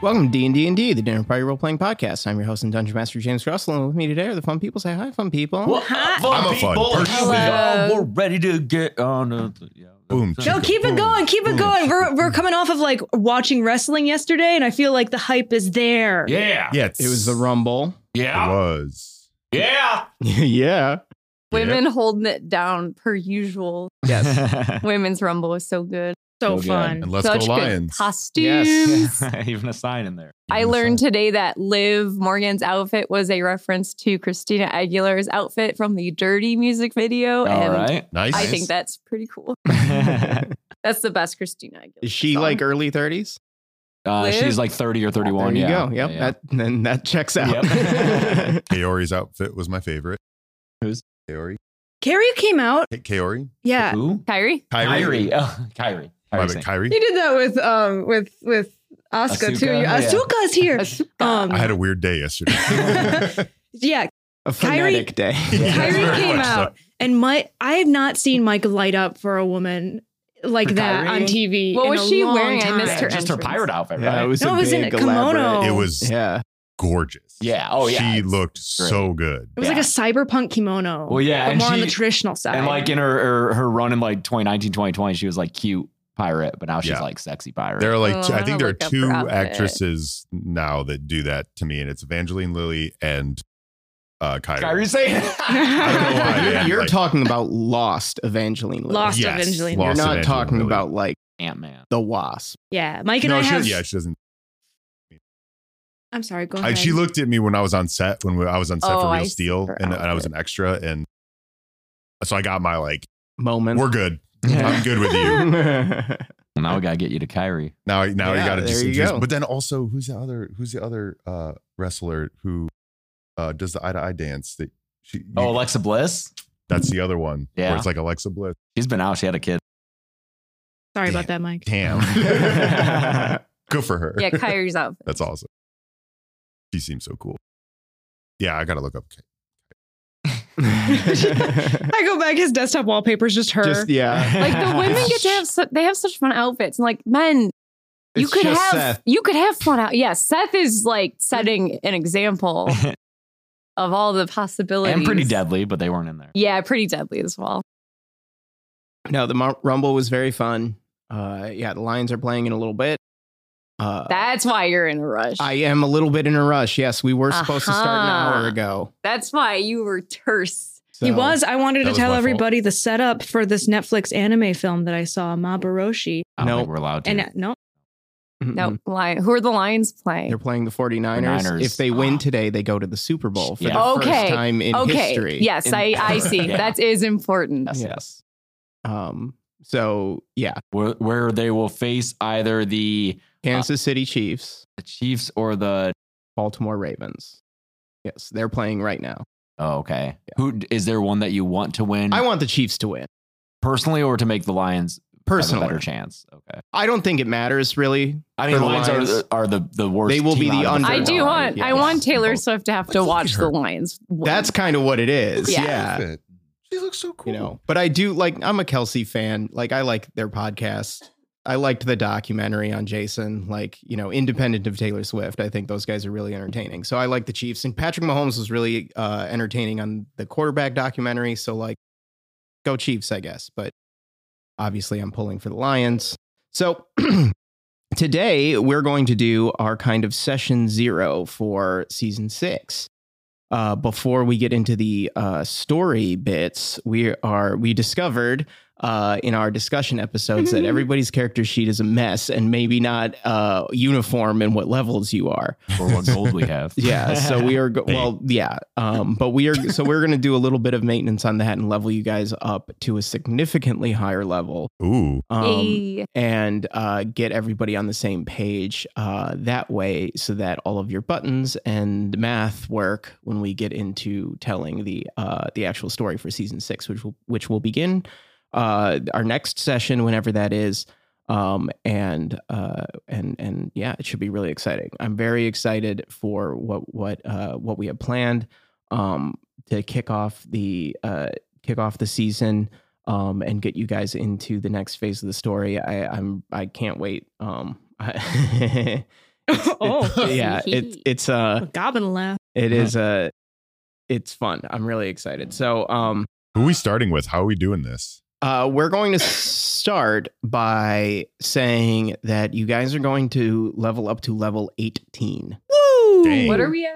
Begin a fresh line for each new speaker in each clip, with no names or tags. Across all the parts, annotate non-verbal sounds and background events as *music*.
Welcome to D&D and D, the Dinner Party Role Playing Podcast. I'm your host and Dungeon Master James Russell, and with me today are the fun people. Say Oh, hi, fun people.
I'm a fun person.
Hello.
We're ready to get on. A, yeah,
Boom.
No, keep it going. Keep it going. We're, we're coming off of like watching wrestling yesterday, and I feel like the hype is there.
Yeah.
Yeah,
It was the Rumble. *laughs*
It was.
Yeah.
*laughs*
yeah.
Women holding it down per usual.
*laughs*
Yes.
Women's Rumble was so good.
So
Oh, God.
fun.
And let's
Such
go Lions.
Good costumes.
Yes.
Even a sign in there.
I learned today that Liv Morgan's outfit was a reference to Christina Aguilera's outfit from the Dirty music
Oh,
video.
All
and
right.
Nice.
I think that's pretty cool. That's the best Christina Aguilera.
Is she
song.
like early 30s?
Uh,
Live?
she's like 30 or
there
31.
you
yeah.
go. Yep.
Yeah.
That, then that checks out.
Yep.
Kaori's outfit was my favorite.
Who's-
Kaori?
Carrie came out.
Hey, Kaori?
Yeah.
Who?
Kyrie?
Kyrie. Oh, Kyrie.
My
Kyrie.
bad, Kairi.
He did that with um with with Asuka, too.
Asuka, yeah.
Asuka's here. Um,
I had a weird day
*laughs*
yesterday. *laughs*
yeah.
*laughs* A
Kyrie-
frenetic day.
Yeah.
Kyrie
Very
came
much so.
out, and my I have not seen Mike light up for a woman like
For
that
Kyrie?
on TV.
What
in
was
a
she
long
wearing? I
time.
missed her.
Just her
entrance.
pirate outfit, right?
Yeah, it was,
No,
a
it was in
big
a kimono.
elaborate-
it
Oh.
was
Yeah.
gorgeous.
yeah. Oh, yeah.
She
It's
looked
great.
so good.
It was like a cyberpunk kimono.
Well, yeah,
but
and
more on
she-
the traditional side.
And like in her, her her run in like 2019, 2020, she was like cute pirate, but now she's
Yeah.
like sexy pirate.
There are like,
Oh,
two-
I'm
I think
gonna
there are
look up
two
her outfit.
actresses now that do that to me, and it's Evangeline Lilly and uh, Kyrie.
*laughs*
Kyrie saying.
I don't know
*laughs*
why, man.
You're
Like,
talking about Lost Evangeline. Lilly.
Lost
Yes.
Evangeline.
You're
Lost
not
Evangeline
talking
Lilly.
about like
Ant Man.
the Wasp.
yeah, Mike and
no,
I
she,
have.
yeah, she doesn't.
I'm sorry. Go
I,
ahead.
she looked at me when I was on set when we- I was on set
Mm-hmm. Oh,
for
I
Real
see
Steel,
her
and, and I was
outfit.
an extra, and so I got my like,
Moment. *laughs*
we're good. I'm good with you.
Well, now we gotta get you to Kyrie.
Now, now
Yeah,
you got to just
there you
introduce.
go.
But then also, who's the other? Who's the other uh, wrestler who uh, does the eye to eye dance? That she, you-
Oh, Alexa Bliss.
that's the other one.
Yeah.
where it's like Alexa Bliss.
She's been out. She had a
*laughs*
kid. *laughs*
Sorry about that,
*laughs*
Mike.
Damn, good for her.
Yeah, Kyrie's outfit.
that's awesome. She seems so cool. Yeah, I gotta look up.
I go back. His desktop wallpaper is just her.
Just yeah.
*laughs*
Like the women get to have su- they have such fun outfits, and like men, you
It's
could
just
have
Seth.
you could have fun out. Yeah, Seth is like setting an example of all the possibilities.
and pretty deadly, but they weren't in there.
Yeah, pretty deadly as well.
No, the Mar- Rumble was very fun. Uh, yeah, the Lions are playing in a little bit. Uh,
That's why you're in a rush.
I am a little bit in a rush. Yes, we were supposed to start an
Uh-huh.
hour ago.
That's why you were terse.
So,
He was. I wanted
That
to
was
tell
my fault.
everybody the setup for this Netflix anime film that I saw, Mabaroshi.
I don't
Nope.
think we're allowed to.
And uh, no,
Mm-mm.
No, lion. Who are the Lions playing?
They're playing the 49ers.
Niners.
If they
Ah.
win today, they go to the Super Bowl for
Yeah.
the
Okay.
first time in
okay.
history.
Yes,
In-
I, I see.
Yeah.
That is important.
Yes.
Yes. Um, so, yeah,
where, where they will face either the
Kansas City Chiefs,
Chiefs or the.
Baltimore Ravens. Yes, they're playing right now.
Oh, okay. Who is there one that you want to win
I want the Chiefs to win.
personally, or to make the Lions have a
Personally,
better chance? Okay.
I don't think it matters really. For
I mean,
the
the Lions,
Lions.
are, are the the worst.
They will be
team
the
out of
I
four,
do
Underdog,
right?
want
yes.
I want Taylor
Vote.
Swift to have
Look
to
at
watch the
her.
Lions. win.
That's kind of what it is.
Yeah.
yeah.
She looks so cool.
you know but i do like i'm a kelsey fan like i like their podcast i liked the documentary on jason like you know independent of taylor swift i think those guys are really entertaining so i like the chiefs and patrick mahomes was really uh, entertaining on the quarterback documentary so like go chiefs i guess but obviously i'm pulling for the lions so *clears throat* today we're going to do our kind of session zero for season six uh, before we get into the uh, story bits, we are we discovered uh, in our discussion episodes that everybody's character sheet is a mess and maybe not uh, uniform in what levels you are.
Or what gold
*laughs*
we have.
Yeah, so we *laughs* are go-
Hey.
well, yeah, um, but *laughs* we are so we're going to do a little bit of maintenance on that and level you guys up to a significantly higher level.
Ooh,
Um,
Yay.
and uh, get everybody on the same page uh, that way so that all of your buttons and math work when we get into telling the uh, the actual story for season six which will which will begin uh, our next session whenever that is um, and uh, and and yeah it should be really exciting I'm very excited for what what uh, what we have planned um, to kick off the uh, kick off the season um, and get you guys *laughs* into the next phase of the story. I, I'm I can't wait. Um,
oh,
yeah, it's it's uh
goblin laugh.
it is uh it's fun. I'm really excited. So um
Who are we starting with? How are we doing this?
uh we're going to start by saying that you guys are going to level up to level 18.
Woo!
Dang.
What are we at?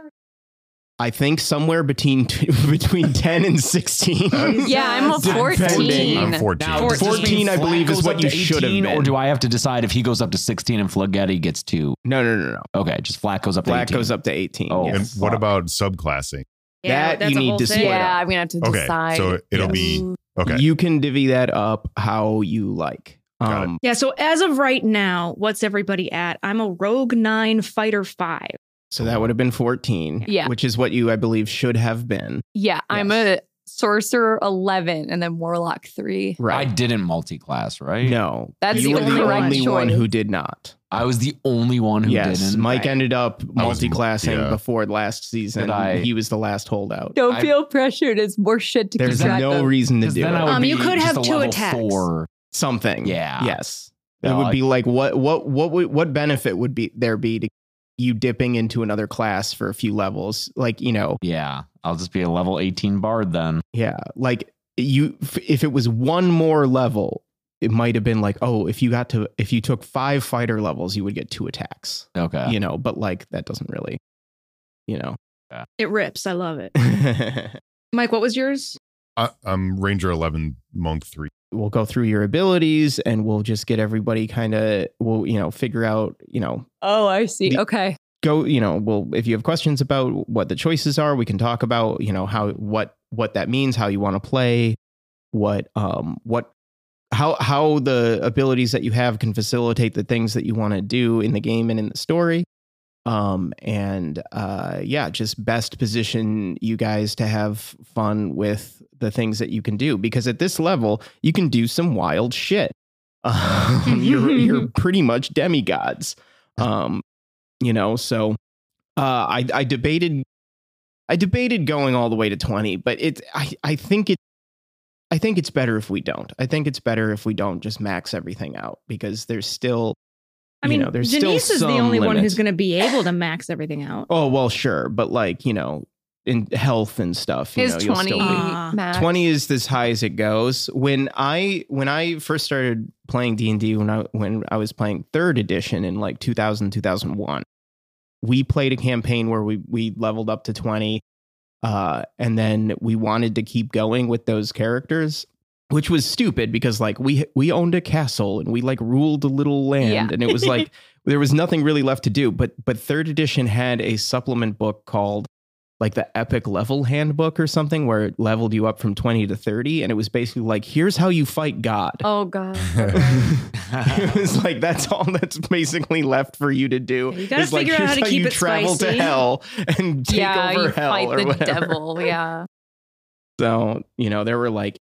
I think somewhere between *laughs*
*laughs*
between 10 and 16.
Oh, Yeah, I'm a
Depending.
14.
I'm 14.
Now, does this
14,
mean
I believe,
Flat
is
goes
what
up
you
to
should have
18, Or
been.
do I have to decide if he goes up to 16 and Flagetti gets to?
*laughs* No, no, no, no.
Okay, just Flat goes up to
Black
18.
goes up to 18.
Oh.
And
yes.
what about subclassing?
That you need to
Yeah,
split up.
I'm gonna have to
Okay,
decide.
so it'll be
Ooh.
okay.
You can divvy that up how you like.
Got it.
Um,
Yeah, so as of right now, what's everybody at? I'm a rogue nine fighter five.
so that would have been 14,
Yeah.
which is what you, I believe, should have been.
yeah, I'm a sorcerer eleven and then warlock three.
I
Right.
didn't multi-class, right?
no.
That's
you
the
were
only
the
right
only one
choice.
who did not.
I was the only one who
yes.
didn't.
Mike ended up
I was-
multi-classing
yeah.
before last season.
Did I-
he was the last holdout.
Don't
I-
feel pressured. It's more shit to
There's
keep track
no
of.
reason to
'Cause
do
then I
it.
would
Um, you
be
could
just
have
a
two
level
attacks.
Four.
Something.
Yeah.
Yes.
Yeah,
it would
like-
be like what what what would what benefit would be there be to you dipping into another class for a few levels? Like, you know,
Yeah. I'll just be a level 18 bard then.
Yeah, like you, f- if it was one more level, it might have been like, oh, if you got to, if you took five fighter levels, you would get two attacks,
Okay.
you know. But like that doesn't really, you know.
It rips. I love it.
*laughs*
Mike, what was yours?
I, I'm Ranger 11, Monk
*laughs*
3.
we'll go through your abilities, and we'll just get everybody kind of, we'll you know figure out, you know,
Oh, I see.
The-
okay.
go, you know, we'll if you have questions about what the choices are, we can talk about, you know, how what what that means, how you want to play, what um what how how the abilities that you have can facilitate the things that you want to do in the game and in the story um and uh yeah just best position you guys to have fun with the things that you can do because at this level you can do some wild shit *laughs* um, you're you're pretty much demigods um you know so uh i i debated i debated going all the way to 20 but it's i i think it I think it's better if we don't. I think it's better if we don't just max everything out because there's still,
I
you
mean,
know, there's still
Denise is the
some
only one
limits.
who's going to be able to max everything out.
Oh well, sure, but like you know, in health and stuff, you
Is
know,
twenty
you'll still be.
Ah.
max?
Twenty is as high as it goes. When I when I first started playing D anD D when I when I was playing third edition in like 2000, 2001, we played a campaign where we we leveled up to twenty, uh, and then we wanted to keep going with those characters. Which was stupid because like we we owned a castle and we like ruled a little land
Yeah.
and it was like there was nothing really left to do but but third edition had a supplement book called like the epic level handbook or something where it leveled you up from 20 to 30 and it was basically like here's how you fight god
Oh god.
Oh.
it was like that's all that's basically left for you to do
You gotta
is, Oh, like
figure out
here's
how to
*laughs*
keep
you
it
travel
spicy.
to hell and *laughs* take
yeah,
over
you
hell
fight
or
the
whatever
*laughs* devil. Yeah.
so you know there were like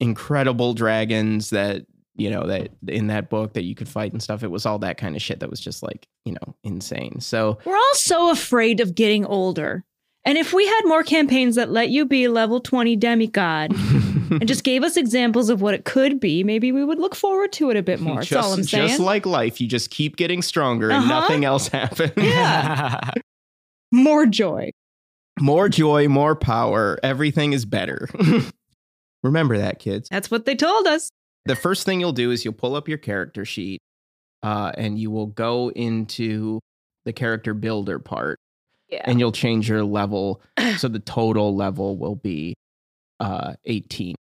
incredible dragons that you know that in that book that you could fight and stuff it was all that kind of shit that was just like you know insane so *laughs*
We're all so afraid of getting older. And if we had more campaigns that let you be level 20 demigod and just gave us examples of what it could be, maybe we would look forward to it a bit more. That's all I'm saying.
Just like life, you just keep getting stronger and
Uh-huh.
nothing else *laughs* happens.
Yeah. more joy.
more joy, more power. Everything is better. *laughs* Remember that, kids.
That's what they told us.
The first thing you'll do is you'll pull up your character sheet uh, and you will go into the character builder part
Yeah.
and you'll change your level. so the total level will be uh, 18.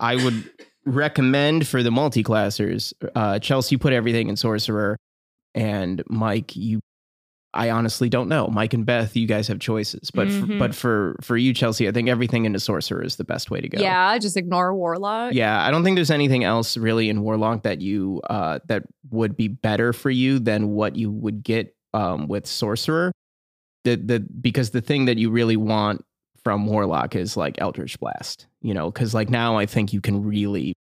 I would recommend for the multiclassers, uh, Chelsea put everything in Sorcerer, and Mike, you. I honestly don't know. Mike and Beth, you guys have choices, but
Mhm.
for, but for for you, Chelsea, I think everything into Sorcerer is the best way to go.
Yeah, just ignore warlock.
Yeah, I don't think there's anything else really in Warlock that you uh, that would be better for you than what you would get um, with Sorcerer. The the because the thing that you really want from Warlock is like Eldritch Blast, you know, because like now I think you can really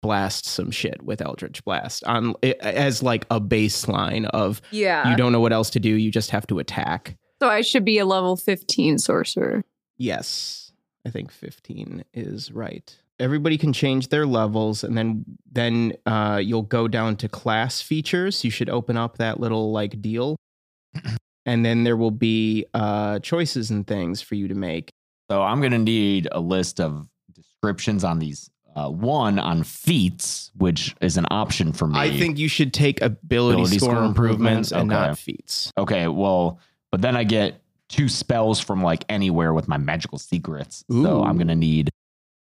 blast some shit with Eldritch Blast on i- as like a baseline of
Yeah.
you don't know what else to do, you just have to attack.
so I should be a level 15 sorcerer.
Yes, I think 15 is right. Everybody can change their levels, and then
*clears throat*
then uh, you'll go down to class features. You should open up that little like deal, and then there will be uh, choices and things for you to make.
*laughs* So I'm gonna need a list of descriptions on these. Uh, one on feats, which is an option for me.
I think you should take ability,
Ability
score,
score
improvements,
improvements?
and
Okay.
not feats.
Okay, well, but then I get two spells from like anywhere with my magical secrets.
Ooh.
So I'm gonna need.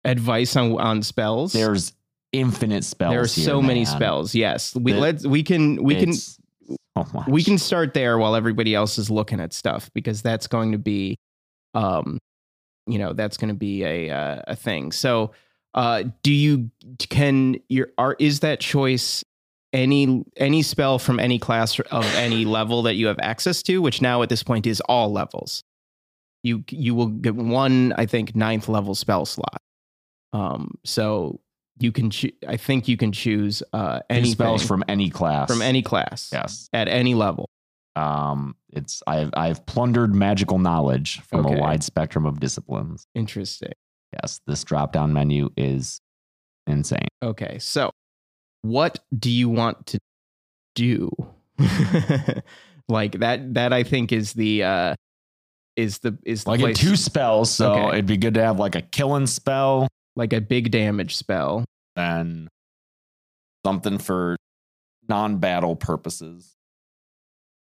Advice on on spells.
There's infinite spells.
there are
here,
so many
man.
spells. Yes, we
The-
let we can we can
It's oh so much.
we can start there while everybody else is looking at stuff because that's going to be um you know that's going to be a uh, a thing so uh do you can your are is that choice any any spell from any class of any level that you have access to which now at this point is all levels you you will get one i think ninth level spell slot um so you can choo- i think you can choose uh
Two
any
spells from any class.
from any class
Yes.
at any level
Um. It's I've I've plundered magical knowledge from
Okay.
a wide spectrum of disciplines.
Interesting.
Yes, this drop down menu is insane.
Okay, so what do you want to do? *laughs* like that that I think is the uh is the is the
Like get
place-
two spells, so
Okay.
it'd be good to have like a killing spell
like a big damage spell.
and something for non-battle purposes.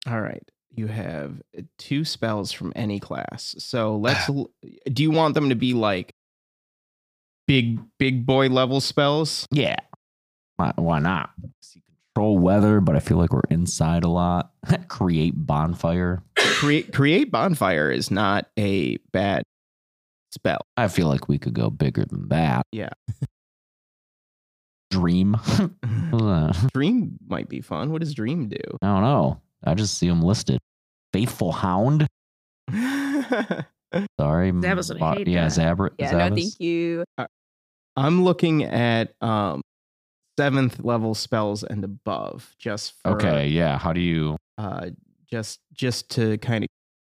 All right. You have two spells from any class. So let's l- do you want them to be like big big boy level spells?
Yeah. Why, why not? So you control weather, but I feel like we're inside a lot. *laughs* Create bonfire.
Create create bonfire is not a bad spell. *laughs*
I feel like we could go bigger than that.
Yeah. *laughs*
Dream. *laughs* Uh, I
Dream might be fun. What does dream do?
don't know. I just see them listed. Faithful Hound. *laughs*
I'm
Sorry.
Zabbis would
Ma-
hate
yeah,
that.
Zabra-
Yeah, no,
Zabbis?
thank you.
looking at um seventh level spells and above just for
Okay, yeah. How do you
uh just just to kind of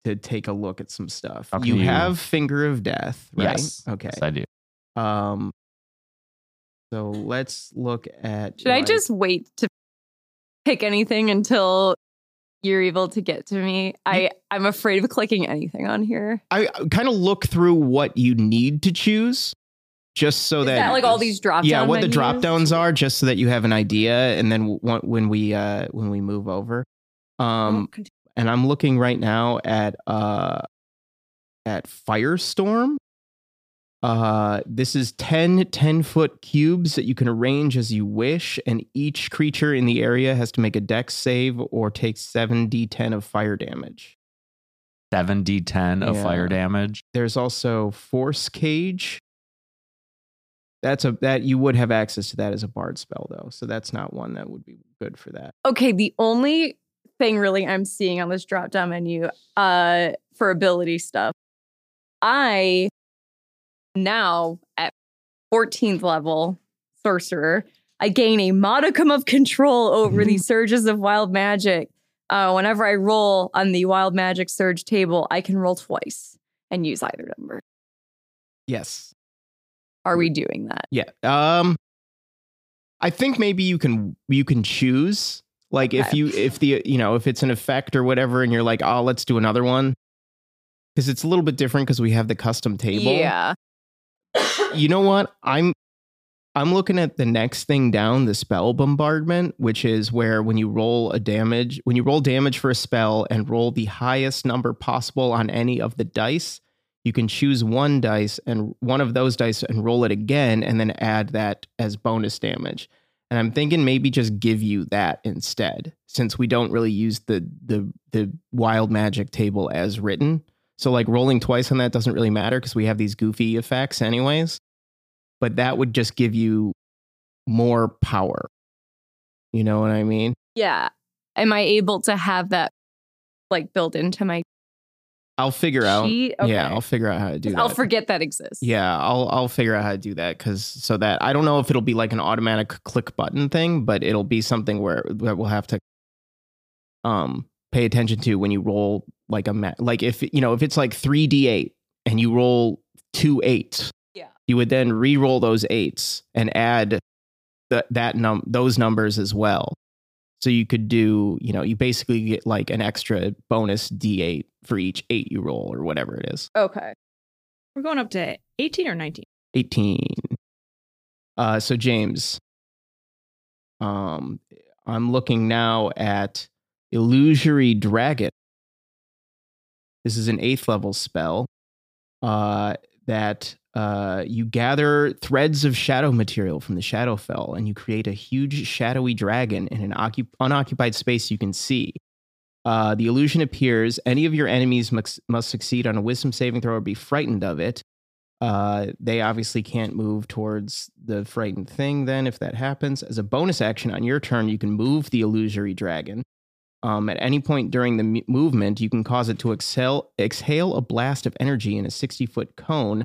to take a look at some stuff.
How can
You
you-
have finger of death, right?
Yes.
Okay.
Yes, I do.
Um so let's look at
Should I
like-
just wait to pick anything until you're able to get to me? I I'm afraid of clicking anything on here.
I kind of look through what you need to choose just so
Is that like all these drop
yeah what the drop downs are just so that you have an idea and then w- when- when we uh when we move over um and i'm looking right now at uh at firestorm uh this is 10 10 foot cubes that you can arrange as you wish and each creature in the area has to make a dex save or take 7d10 of fire damage
Seven D ten of
Yeah.
fire damage.
there's also force cage that's a that you would have access to that as a bard spell though so that's not one that would be good for that
Okay, the only thing really I'm seeing on this drop down menu uh for ability stuff. I now at 14th level sorcerer, I gain a modicum of control over
Mm-hmm.
the surges of wild magic. Uh, whenever I roll on the wild magic surge table, I can roll twice and use either number.
yes
Are we doing that?
yeah um i think maybe you can you can choose like if
Okay.
you if the you know if it's an effect or whatever and you're like oh let's do another one because it's a little bit different because we have the custom table
Yeah.
you know what i'm i'm looking at the next thing down the spell bombardment which is where when you roll a damage when you roll damage for a spell and roll the highest number possible on any of the dice you can choose one dice and one of those dice and roll it again and then add that as bonus damage and i'm thinking maybe just give you that instead since we don't really use the the the wild magic table as written so like rolling twice on that doesn't really matter because we have these goofy effects anyways. But that would just give you more power. You know what I mean?
Yeah. Am I able to have that like built into my
I'll figure out.
sheet?
Yeah, I'll figure out how to do that.
I'll forget that exists.
Yeah, I'll I'll figure out how to do that because so that I don't know if it'll be like an automatic click button thing, but it'll be something where that we'll have to um pay attention to when you roll like a ma- like if you know if it's like three d eight and you roll two eights,
Yeah.
you would then re-roll those eights and add the, that num those numbers as well So you could do, you know, you basically get like an extra bonus D8 for each eight you roll or whatever it is.
Okay.
We're going up to 18 or 19.
18. Uh, so James, um, I'm looking now at Illusory Dragon. This is an eighth level spell uh, that uh, you gather threads of shadow material from the Shadowfell and you create a huge shadowy dragon in an occup- unoccupied space you can see. Uh, the illusion appears. Any of your enemies must, must succeed on a wisdom saving throw or be frightened of it. Uh, they obviously can't move towards the frightened thing then if that happens. As a bonus action on your turn, you can move the illusory dragon. Um, at any point during the m- movement, you can cause it to exhale, exhale a blast of energy in a 60 foot cone.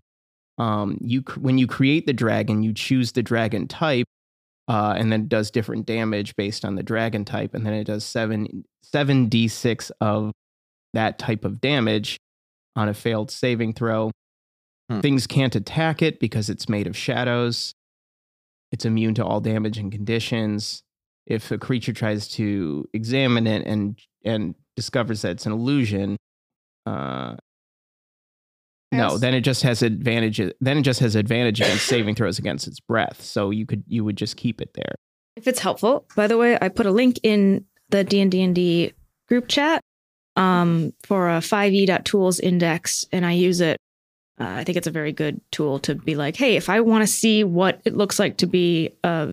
Um, you cr- when you create the dragon, you choose the dragon type, uh, and then it does different damage based on the dragon type, and then it does seven seven d six of that type of damage on a failed saving throw.
Hmm.
Things can't attack it because it's made of shadows. It's immune to all damage and conditions. If a creature tries to examine it and and discovers that it's an illusion, uh, no,
Yes.
then it just has advantage. Then it just has advantage against saving throws against its breath. So you could you would just keep it there.
If it's helpful, by the way, I put a link in the D and D and D group chat um, for a 5e.tools index, and I use it. Uh, I think it's a very good tool to be like, hey, if I want to see what it looks like to be a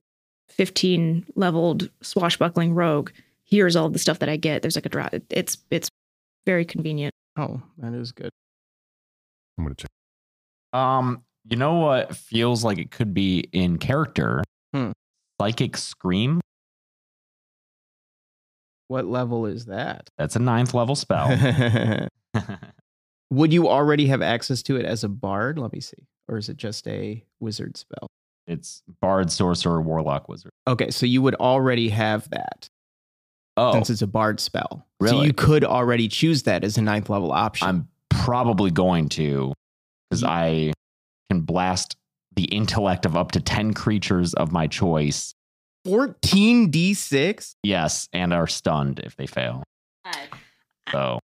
15 leveled swashbuckling rogue, here's all the stuff that I get. There's like a draw. It's it's very convenient.
Oh, that is good.
I'm
*laughs*
gonna check.
Um, you know what feels like it could be in character?
Hmm.
Psychic Scream.
What level is *laughs* that?
That's a ninth level spell.
*laughs*
*laughs*
would you already have access to it as a bard? Let me see. Or is it just a wizard spell?
it's Bard, Sorcerer, Warlock, Wizard.
Okay, so you would already have that
Oh,
since it's a bard spell. So
Really?
you could already choose that as a ninth level option.
I'm probably going to because I can blast the intellect of up to 10 creatures of my choice.
14d6?
Yes, and are stunned if they fail. So.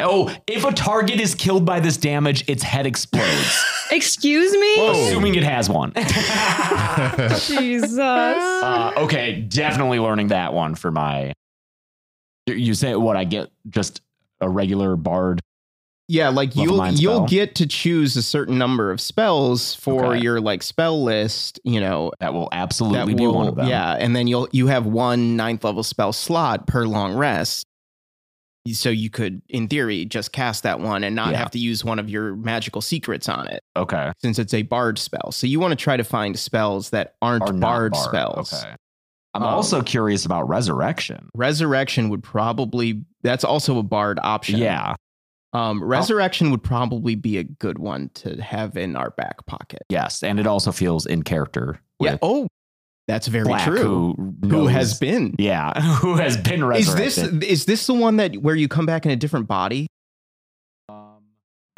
Oh, if a target is killed by this damage, its head explodes.
Excuse me.
Assuming it has one.
Jesus.
Uh, okay, definitely learning that one for my. You- You say what I get? Just a regular bard.
Yeah, like
Level
you'll
nine
you'll
spell.
get to choose a certain number of spells for
Okay.
your like spell list, you know.
That will
That
absolutely
will,
be one of them.
Yeah, and then you'll you have one ninth level spell slot per long rest. So you could, in theory, just cast that one and not
Yeah.
have to use one of your magical secrets on it,
Okay.
since it's a bard spell. So you want to try to find spells that aren't
Are not
bard, spells.
Okay. I'm
Um,
also curious about resurrection.
Resurrection would probably that's also a bard option.
Yeah. Oh.
Um, resurrection would probably be a good one to have in our back pocket.
Yes, and it also feels in character.
Yeah.
with
Oh, that's very
Black,
true.
Who,
Who,
knows-
has been?
Yeah, *laughs* who has been
Is
resurrected?
this is this the one that where you come back in a different body?
Um,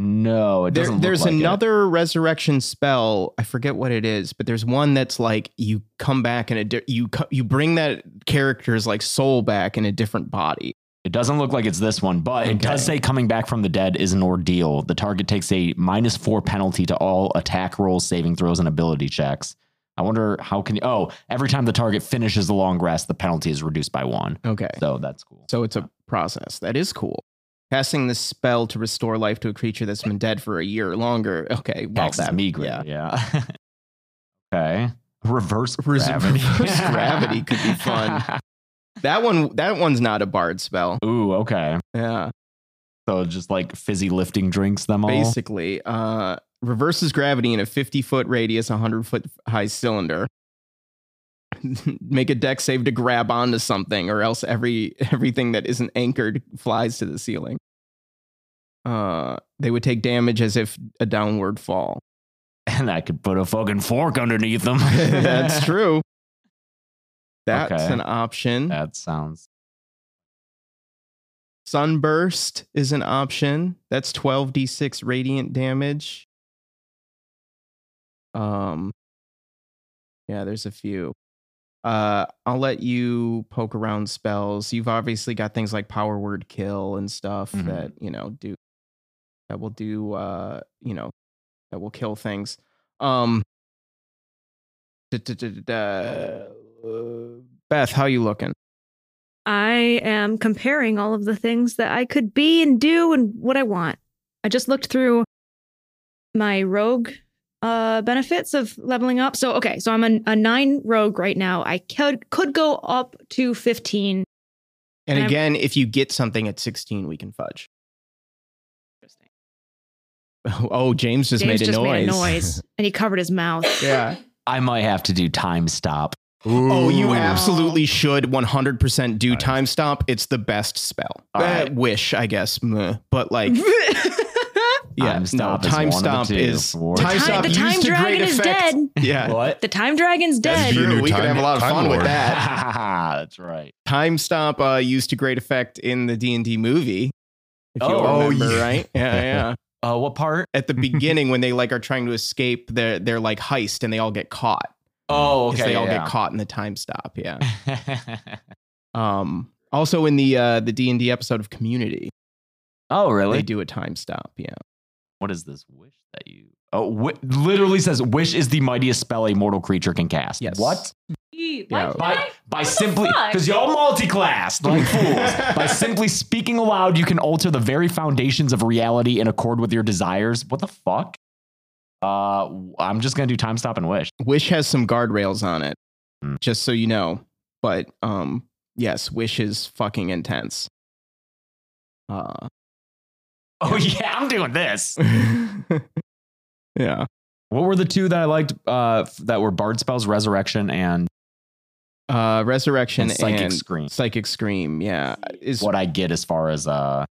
no, Oh, it
There-
doesn't. look
there's
like it.
another resurrection spell. I forget what it is, but there's one that's like you come back in a di- you co- you bring that character's like soul back in a different body.
It doesn't look like it's this one, but it does
Okay.
say coming back from the dead is an ordeal. The target takes a minus four penalty to all attack rolls, saving throws, and ability checks. I wonder how can you. Oh, every time the target finishes the long rest, the penalty is reduced by one.
Okay.
So that's cool.
So it's a process. That is cool. Casting this spell to restore life to a creature that's been dead for a year or longer. Okay, well,
taxes
that-
meager.
yeah.
Yeah. *laughs* okay. Reverse
Res-
gravity. *laughs*
reverse gravity could be fun. That one that one's not a bard spell.
Ooh, okay.
Yeah.
So just like fizzy lifting drinks them all.
basically uh reverses gravity in a 50 foot radius 100 foot high cylinder *laughs* make a deck save to grab onto something or else every everything that isn't anchored flies to the ceiling uh they would take damage as if a downward fall *laughs*
And I could put a fucking fork underneath them. *laughs*
that's true that's
Okay.
an option
That sounds
sunburst is an option that's 12d6 radiant damage um yeah there's a few Uh, I'll let you poke around spells. You've obviously got things like power word kill and stuff
Mhm.
that you know do that will do uh you know that will kill things. Um, da- da- da- da- da, uh, Beth, how you looking?
I am comparing all of the things that I could be and do and what I want. I just looked through my rogue uh, benefits of leveling up. So, okay, so I'm a, a nine rogue right now. I could, could go up to 15.
And
I'm-
again, if you get something at sixteen, we can fudge. Oh, James just,
James
made, a
just
noise.
made a noise and he covered
*laughs*
his mouth.
Yeah.
I might have to do time stop.
Oh, you
Ooh.
absolutely should 100% do
Nice.
time stomp. It's the best spell.
All
Uh,
right.
Wish, I guess. meh. But *laughs* like, yeah,
Time Stomp
no,
is one
time
of the
stomp
two.
is
War-
time
Time-
stomp.
the time
used to
dragon
great
is
effect.
dead.
Yeah,
*laughs* What?
The time dragon's
That'd
dead.
be a new
we could
time-
have a lot of
time
fun with
lord.
that.
*laughs* That's right.
Time stomp uh, used to great effect in the D and D movie. If you
Oh,
remember,
yeah.
right?
*laughs*
Yeah, yeah.
Uh, what part?
At the beginning, when they like are trying to escape, their their like heist, and they all get caught.
Oh,
'Cause
okay.
they all get caught in the time stop. Yeah. Um. Also in the uh the D and D episode of Community,
*laughs* oh,
they
really?
do a time stop. Yeah.
What is this wish that you? Oh, wi- literally says wish is the mightiest spell a mortal creature can cast.
Yes.
What?
Yeah.
By by
What the
simply
fuck?
because y'all multi-classed *laughs* like fools. by simply speaking aloud, you can alter the very foundations of reality in accord with your desires. What the fuck? Uh, I'm just gonna do time stop and wish. *laughs*
Wish has some guardrails on it,
Mm.
just so you know. But um, yes, Wish is fucking intense. Uh, *laughs*
Oh yeah, I'm doing this.
yeah.
What were the two that I liked uh, f- that were Bard spells, Resurrection and,
Uh, resurrection
and
and
Psychic Scream?
Psychic scream. Yeah. Is
What I get as far as uh,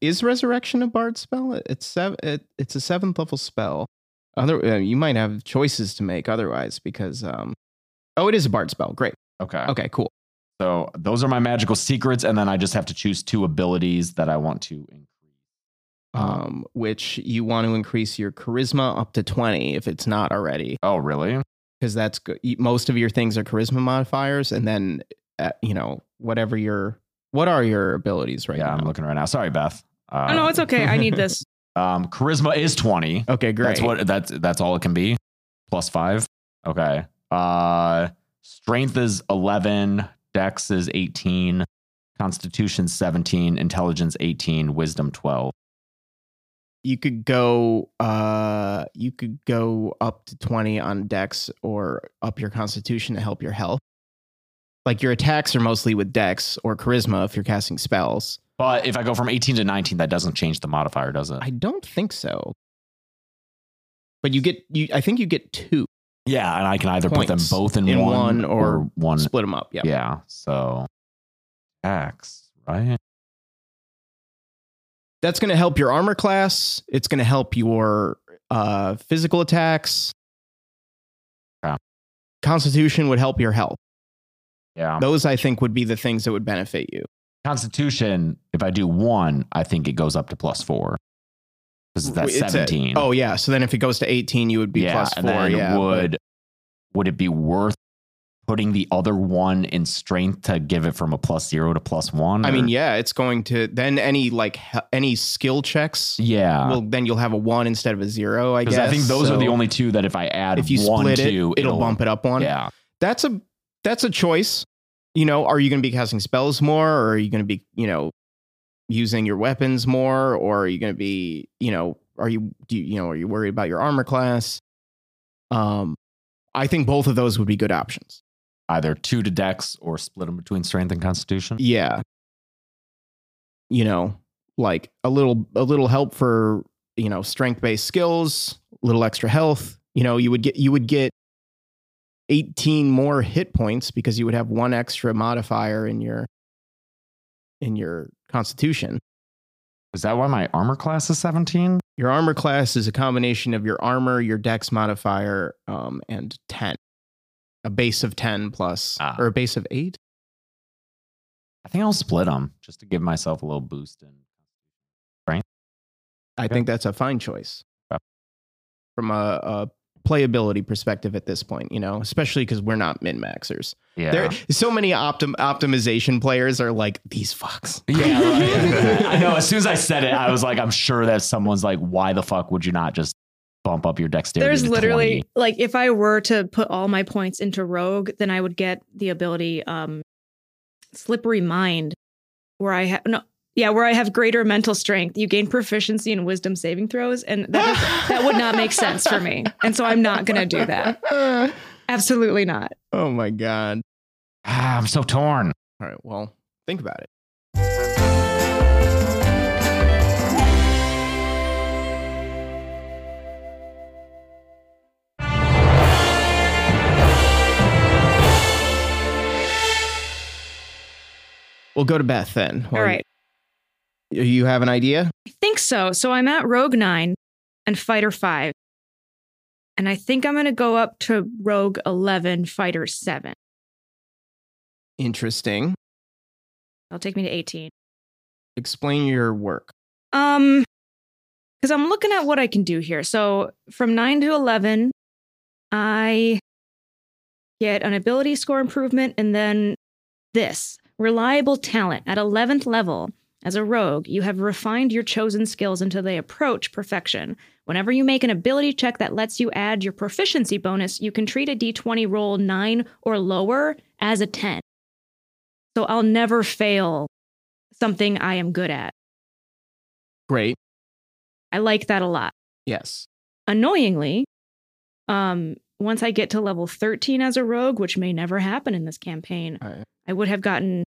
is resurrection a bard spell? It's seven. It, it's a seventh level spell. Other, uh, you might have choices to make otherwise because um, oh, it is a bard spell. Great.
okay.
Okay. Cool.
So those are my magical secrets, and then I just have to choose two abilities that I want to increase. Uh,
Um, which you want to increase your charisma up to twenty if it's not already.
Oh really?
because that's good. Most of your things are charisma modifiers, and then uh, you know whatever your what are your abilities right
yeah, I'm
now?
looking right now. Sorry, Beth. Uh,
Oh, no, it's okay. I need this.
um, charisma is twenty.
okay, great.
That's what that's that's all it can be. Plus five. Okay. Uh, strength is eleven. Dex is eighteen. Constitution seventeen. Intelligence eighteen. Wisdom twelve.
you could go. Uh, you could go up to twenty on Dex or up your Constitution to help your health. Like your attacks are mostly with Dex or charisma if you're casting spells.
But if I go from 18 to 19, that doesn't change the modifier, does it?
I don't think so. But you get you. I think you get two.
yeah, and I can either put them
Points.
both in,
In
one,
one or
one.
Split them up. Yeah.
Yeah. So X, right?
that's going to help your armor class. It's going to help your uh, physical attacks.
Yeah.
Constitution would help your health.
Yeah.
Those, I think, would be the things that would benefit you.
Constitution, if I do one, I think it goes up to plus four. Because that's
It's a-
17.
oh yeah. So then, if it goes to eighteen, you would be
yeah.
plus
and
four.
then
Yeah.
would, would it be worth putting the other one in strength to give it from a plus zero to plus one?
I mean,
or-
yeah, it's going to then any like he- any skill checks.
Yeah.
Well, then you'll have a one instead of a zero. I
because
guess.
I think those are the
So
only two that if I add
If you
one,
split it,
two,
it'll, bump it up one.
Yeah.
that's a that's a choice. You know, are you going to be casting spells more, or are you going to be you know using your weapons more, or are you going to be you know are you do you, you know are you worried about your armor class? Um, I think both of those would be good options.
either two to dex or split them between strength and constitution.
Yeah, you know, like a little a little help for you know strength based skills, a little extra health. You know, you would get you would get. 18 more hit points because you would have one extra modifier in your in your constitution.
Is that why my armor class is 17?
Your armor class is a combination of your armor, your dex modifier, um, and 10. A base of 10 plus,
Ah.
or a base of 8?
I think I'll split them just to give myself a little boost. And
I think that's a fine choice.
Okay.
From a, a playability perspective at this point, you know, especially because we're not min maxers.
Yeah.
There, so many optim optimization players are like these fucks.
yeah,
*laughs*
right. *laughs* I know. As soon as I said it, I was like, I'm sure that someone's like, why the fuck would you not just bump up your dexterity?
There's
to
literally
20?
like if I were to put all my points into rogue, then I would get the ability um slippery mind where I have no yeah, where I have greater mental strength. You gain proficiency in wisdom saving throws and that that would not make sense for me. And so I'm not going to do that. Absolutely not.
*laughs* Oh my god.
Ah, *sighs* I'm so torn.
All right, well, think about it. We'll go to Beth then.
All right.
You you have an idea?
I think so. So I'm at Rogue 9 and Fighter 5. And I think I'm going to go up to Rogue 11, Fighter 7.
Interesting.
That'll take me to 18.
Explain your work.
Um, because I'm looking at what I can do here. So from nine to eleven, I get an ability score improvement, and then this reliable talent at eleventh level. As a rogue, you have refined your chosen skills until they approach perfection. Whenever you make an ability check that lets you add your proficiency bonus, you can treat a d20 roll 9 or lower as a 10. So I'll never fail something I am good at.
Great.
I like that a lot.
Yes.
Annoyingly, um, once I get to level 13 as a rogue, which may never happen in this campaign,
Alright.
I would have gotten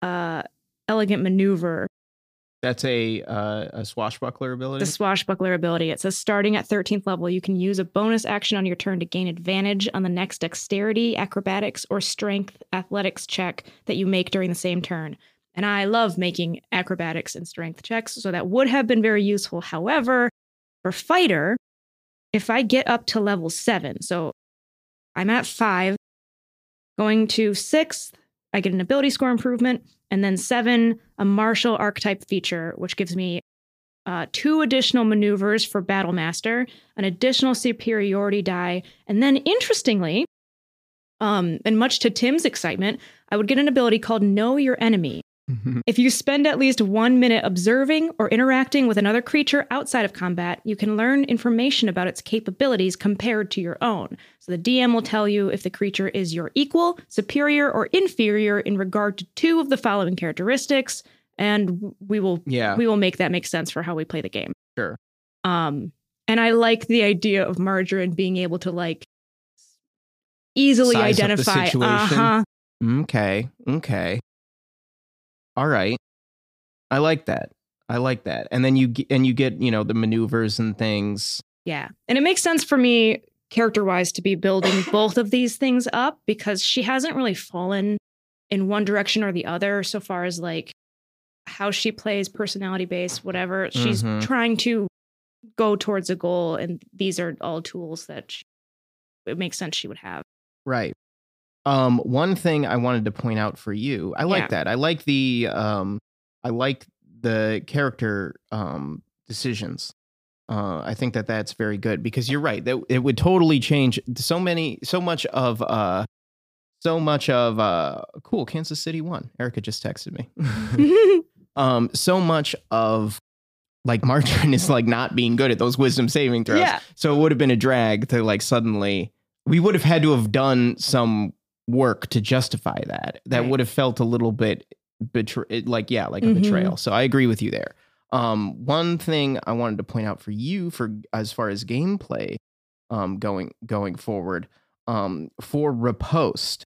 uh, Elegant Maneuver,
That's a uh, a swashbuckler ability.
the Swashbuckler ability. It says starting at 13th level, you can use a bonus action on your turn to gain advantage on the next dexterity, acrobatics, or strength athletics check that you make during the same turn. And I love making acrobatics and strength checks, so that would have been very useful. However, for fighter, if I get up to level seven, so I'm at five, going to sixth, I get an ability score improvement, and then seven, a martial archetype feature, which gives me uh, two additional maneuvers for battle master, an additional superiority die, and then interestingly, um, and much to Tim's excitement, I would get an ability called Know Your Enemy. If you spend at least one minute observing or interacting with another creature outside of combat, you can learn information about its capabilities compared to your own. So the DM will tell you if the creature is your equal, superior, or inferior in regard to two of the following characteristics, and we will
*laughs* yeah.
we will make that make sense for how we play the game.
Sure.
Um, and I like the idea of Margarine being able to like easily
Size up the
identify.
situation.
Uh-huh.
Okay. Okay. All right. I like that. I like that. And then you g- and you get you know the maneuvers and things.
Yeah. And it makes sense for me character wise to
*laughs*
be building both of these things up because she hasn't really fallen in one direction or the other so far as like how she plays personality based whatever she's
Mhm.
trying to go towards a goal and these are all tools that she, it makes sense she
*laughs*
would have *laughs*
Right. Um, one thing I wanted to point out for you, I like
Yeah.
that. I like the um, I like the character um decisions. Uh, I think that that's very good because you're right. That it would totally change so many, so much of uh, so much of uh, cool. Kansas City won. Erica just texted me. *laughs* um, so much of like *laughs* Margarine is like not being good at those wisdom saving throws.
yeah
So it would have been a drag to like suddenly we would have had to have done some work to justify that. That
Right.
would have felt a little bit betray like yeah, like a
Mhm.
betrayal. So I agree with you there. Um one thing I wanted to point out for you for as far as gameplay um going going forward um for repost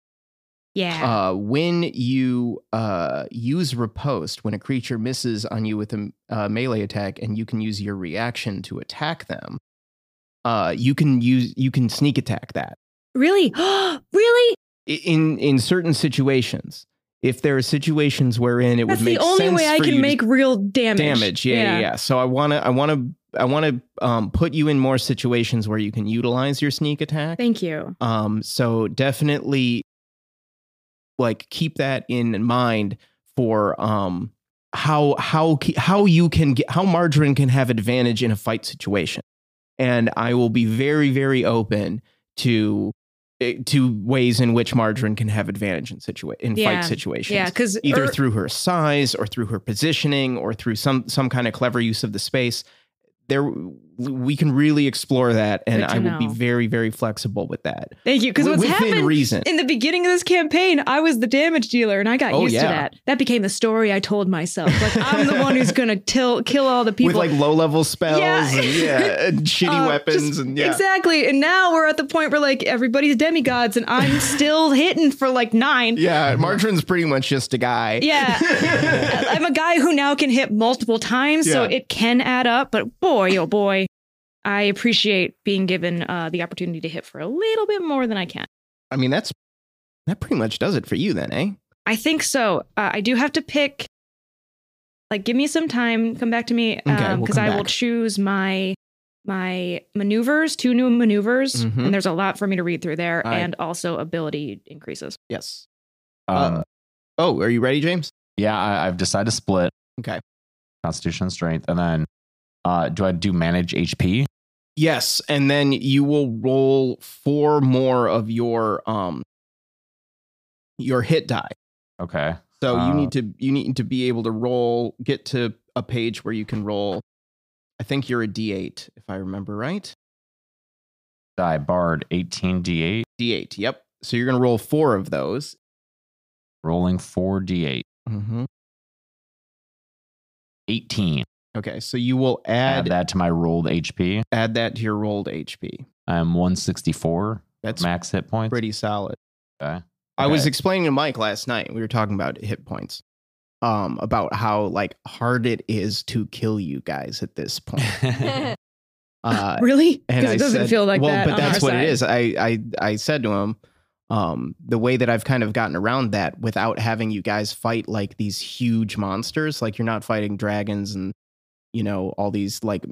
yeah
uh, when you uh, use riposte, when a creature misses on you with a m- uh, melee attack, and you can use your reaction to attack them, uh, you can use you can sneak attack that
Really? *gasps* really?
I- in in certain situations. If there are situations wherein it
That's
would make
the only
sense
way I
for you
can
to
make real damage.
damage. Yeah, yeah, yeah. So I want to I want to I want to um, put you in more situations where you can utilize your sneak attack.
Thank you.
Um, so definitely like keep that in mind for um how how ca- how you can get how margarine can have advantage in a fight situation. and I will be very, very open to eh, to ways in which Margarine can have advantage in situa- in
Yeah.
fight situations.
Yeah, uh, because
Either through her size or through her positioning or through some some kind of clever use of the space. There we can really explore that and
Good to
I will be
know.
very, very flexible with that.
thank you. Because
Wi-
what's
within
happened
reason.
in the beginning of this campaign, I was the damage dealer, and I got
Oh,
used to
yeah.
that. That became the story I told myself. Like I'm the
*laughs*
one who's gonna till kill all the people.
With like low level spells
Yeah.
and yeah,
*laughs*
and shitty
Uh,
weapons
just-
and yeah.
Exactly. And now we're at the point where like everybody's demigods, and
*laughs*
I'm still hitting for like nine.
Yeah,
*laughs*
Margarine's pretty much just a guy. *laughs*
Yeah. *laughs* I'm a guy who now can hit multiple times, so
Yeah.
it can add up. But boy, oh boy, I appreciate being given uh, the opportunity to hit for a little bit more than I can.
I mean, that's that pretty much does it for you then, eh?
I think so. Uh, I do have to pick. Like, give me some time. Come back to me because
we'll come
I will
back.
choose my my maneuvers, two new maneuvers,
Mhm.
and there's a lot for me to read through there,
All right.
and also ability increases.
Yes.
Um,
Uh, oh, are you ready, James?
yeah, I, I've decided to split.
Okay.
Constitution and strength, and then uh, do I do manage HP?
Yes, and then you will roll four more of your um your hit die.
Okay.
So
Uh,
you need to you need to be able to roll get to a page where you can roll I think you're a D8 if I remember right.
Die barred 18d8,
D8. Yep. So you're going to roll four of those.
rolling 4d8, Mm-hmm.
Mhm.
18.
Okay, so you will
Add
add
that to my rolled HP.
add that to your rolled HP.
I'm 164
That's
max hit points.
pretty solid.
Okay. *laughs*
I was
Okay.
explaining to Mike last night. We were talking about hit points, um, about how like hard it is to kill you guys at this
*laughs*
point. *laughs* Uh,
really?
and
Because
I
it doesn't
said-
feel like
well,
that.
but
on
that's
our
what
side.
it is. I, I I said to him, um, the way that I've kind of gotten around that without having you guys fight like these huge monsters, like you're not fighting dragons and you know all these like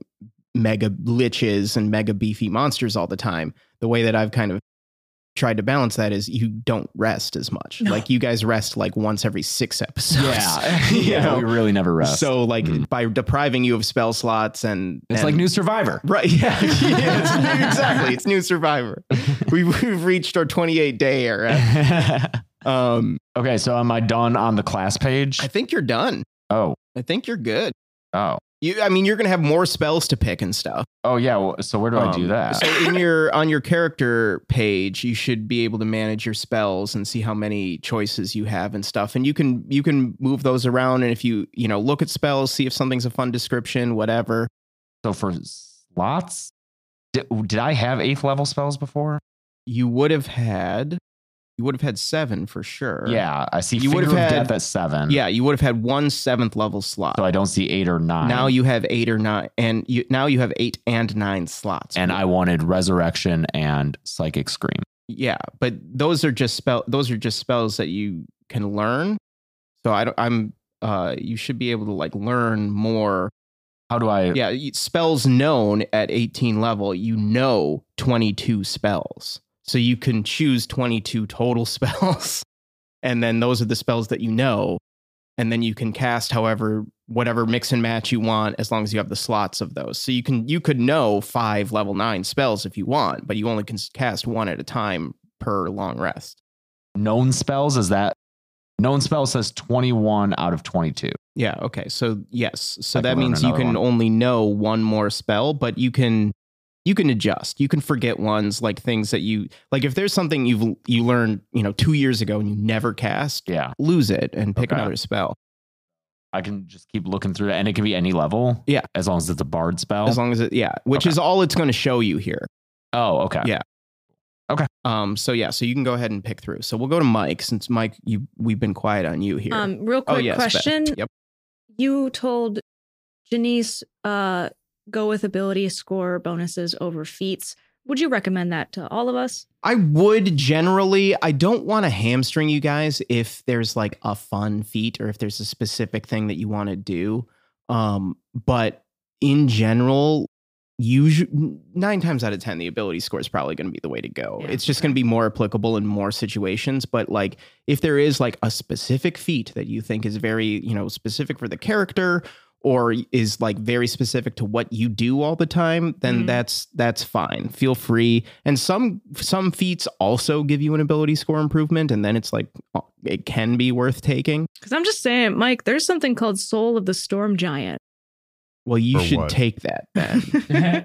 mega liches and mega beefy monsters all the time. The way that I've kind of tried to balance that is you don't rest as much.
No.
Like you guys rest like once every six episodes.
yeah.
*laughs* You
*laughs* yeah.
know?
We really never rest.
So like
Mm.
by depriving you of spell slots and
it's
and-
like New Survivor.
Right. *laughs* Yeah. yeah it's new, exactly. It's new
*laughs*
Survivor. We've, we've reached our 28 day era. Um,
*laughs* okay. So am I done on the class page?
I think you're done.
Oh.
I think you're good.
Oh.
You, I mean, you're gonna have more spells to pick and stuff.
Oh, yeah. Well, so where do I do
Um,
that?
So in your on your character page, you should be able to manage your spells and see how many choices you have and stuff. And you can you can move those around. And if you you know look at spells, see if something's a fun description, whatever.
So for slots, did, did I have eighth level spells before?
You would have had, you would have had seven for sure.
Yeah, I see.
You
Finger
would've
of
had-
death at seven.
Yeah, you would have had one seventh level slot.
so I don't see eight or nine.
now you have eight or nine, and you now you have eight and nine slots.
and I wanted resurrection and psychic scream.
yeah, but those are just spell. Those are just spells that you can learn. So I don't, I'm. Uh, you should be able to like learn more.
How do I?
Yeah, you- spells known at 18 level. You know 22 spells, so you can choose 22 total *laughs* spells, and then those are the spells that you know, and then you can cast however whatever mix and match you want as long as you have the slots of those. So you can you could know five level nine spells if you want, but you only can cast one at a time per long rest.
Known spells is that? Known spell says twenty one out of twenty two.
Yeah. Okay. So yes. So
I can
that
learn
means you
another
can
one.
only know one more spell, but you can you can adjust. You can forget ones like things that you like. If there's something you've you learned you know two years ago and you never cast,
Yeah,
lose it and pick
Okay.
another spell.
I can just keep looking through that, and it can be any level.
Yeah.
as long as it's a bard spell.
As long as it yeah, which
Oh. Okay.
is all it's going to show you here.
oh, okay.
Yeah. Um. So yeah. So you can go ahead and pick through. So we'll go to Mike since Mike you we've been quiet on you here.
Um, real
Oh,
quick
yes, Beth.
question.
Yep.
You told Janice uh, go with ability score bonuses over feats. Would you recommend that to all of us?
I would generally. I don't want to hamstring you guys if there's like a fun feat or if there's a specific thing that you want to do. Um, but in general, usually nine times out of ten, the ability score is probably going to be the way to go.
Yeah.
It's just going to be more applicable in more situations. But like, if there is like a specific feat that you think is very you know specific for the character or is like very specific to what you do all the time, then
Mhm.
that's that's fine. Feel free. And some some feats also give you an ability score improvement, and then it's like uh, it can be worth taking.
Because I'm just saying, Mike, there's something called Soul of the Storm Giant.
Well, you
For
should
what?
take that then.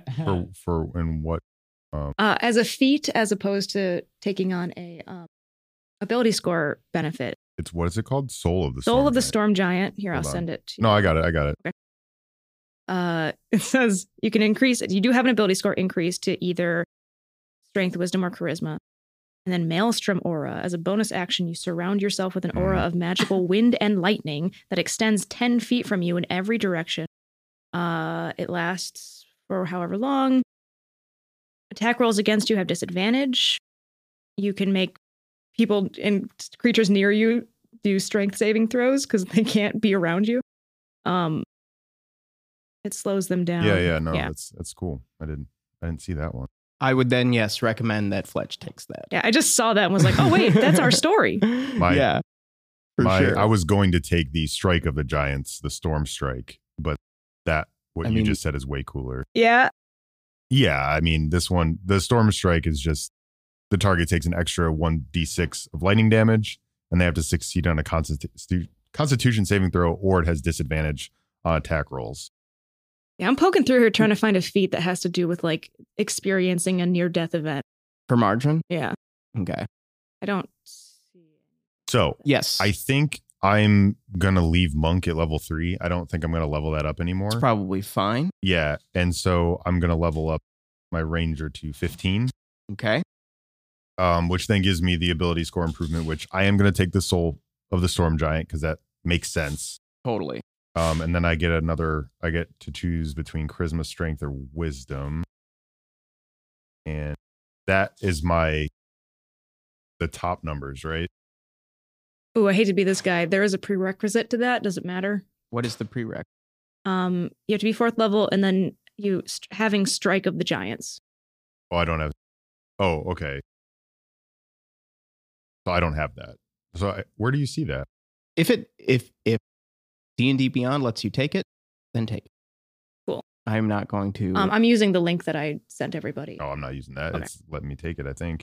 *laughs*
for for and what Oh.
uh, as a feat as opposed to taking on a um, ability score benefit.
it's what is it called? Soul of the
Soul of the
Giant.
Storm Giant. Here,
Hold
I'll
on.
send it to you.
No, I got it. I got it.
Uh, *laughs* it says you can increase it. You do have an ability score increase to either strength, wisdom, or charisma. And then Maelstrom Aura. As a bonus action, you surround yourself with an aura of magical wind and lightning that extends 10 feet from you in every direction. Uh, it lasts for however long. Attack rolls against you have disadvantage. You can make people and creatures near you do strength saving throws because they can't be around you. Um, it slows them down.
Yeah, yeah. No,
yeah.
that's that's cool. I didn't I didn't see that one.
I would then yes recommend that Fletch takes that.
Yeah, I just saw that and was like, oh, wait, that's our
*laughs*
story.
*laughs*
My-
yeah, for
My,
sure.
I was going to take the strike of the Giants, the storm strike, but that what
I
you
mean-
just said is way cooler.
Yeah.
Yeah, I mean this one, the storm strike is just the target takes an extra one d six of lightning damage, and they have to succeed on a constitu- Constitution saving throw, or it has disadvantage on attack rolls.
Yeah, I'm poking through here
Mm.
trying to find a feat that has to do with like experiencing a near death event.
for margin.
Yeah.
Okay.
I don't see.
So
Yes,
I think I'm gonna leave Monk at level three. I don't think I'm gonna level that up anymore.
it's probably fine.
yeah, and so I'm gonna level up my Ranger to fifteen.
Okay.
um, which then gives me the ability score improvement, which I am going to take the soul of the storm giant because that makes sense.
Totally.
Um, and then I get another, I get to choose between charisma, strength, or wisdom. And that is my, the top numbers, right?
Ooh, I hate to be this guy. There is a prerequisite to that. Does it matter?
What is the prereq?
Um, you have to be fourth level and then you st- having strike of the giants.
Oh, I don't have, oh, okay. So I don't have that. So I, where do you see that?
If it if if D and D Beyond lets you take it, then take it.
Cool.
I'm not going to.
Um, I'm using the link that I sent everybody.
No, Oh, I'm not using that.
Okay.
It's let me take it, I think.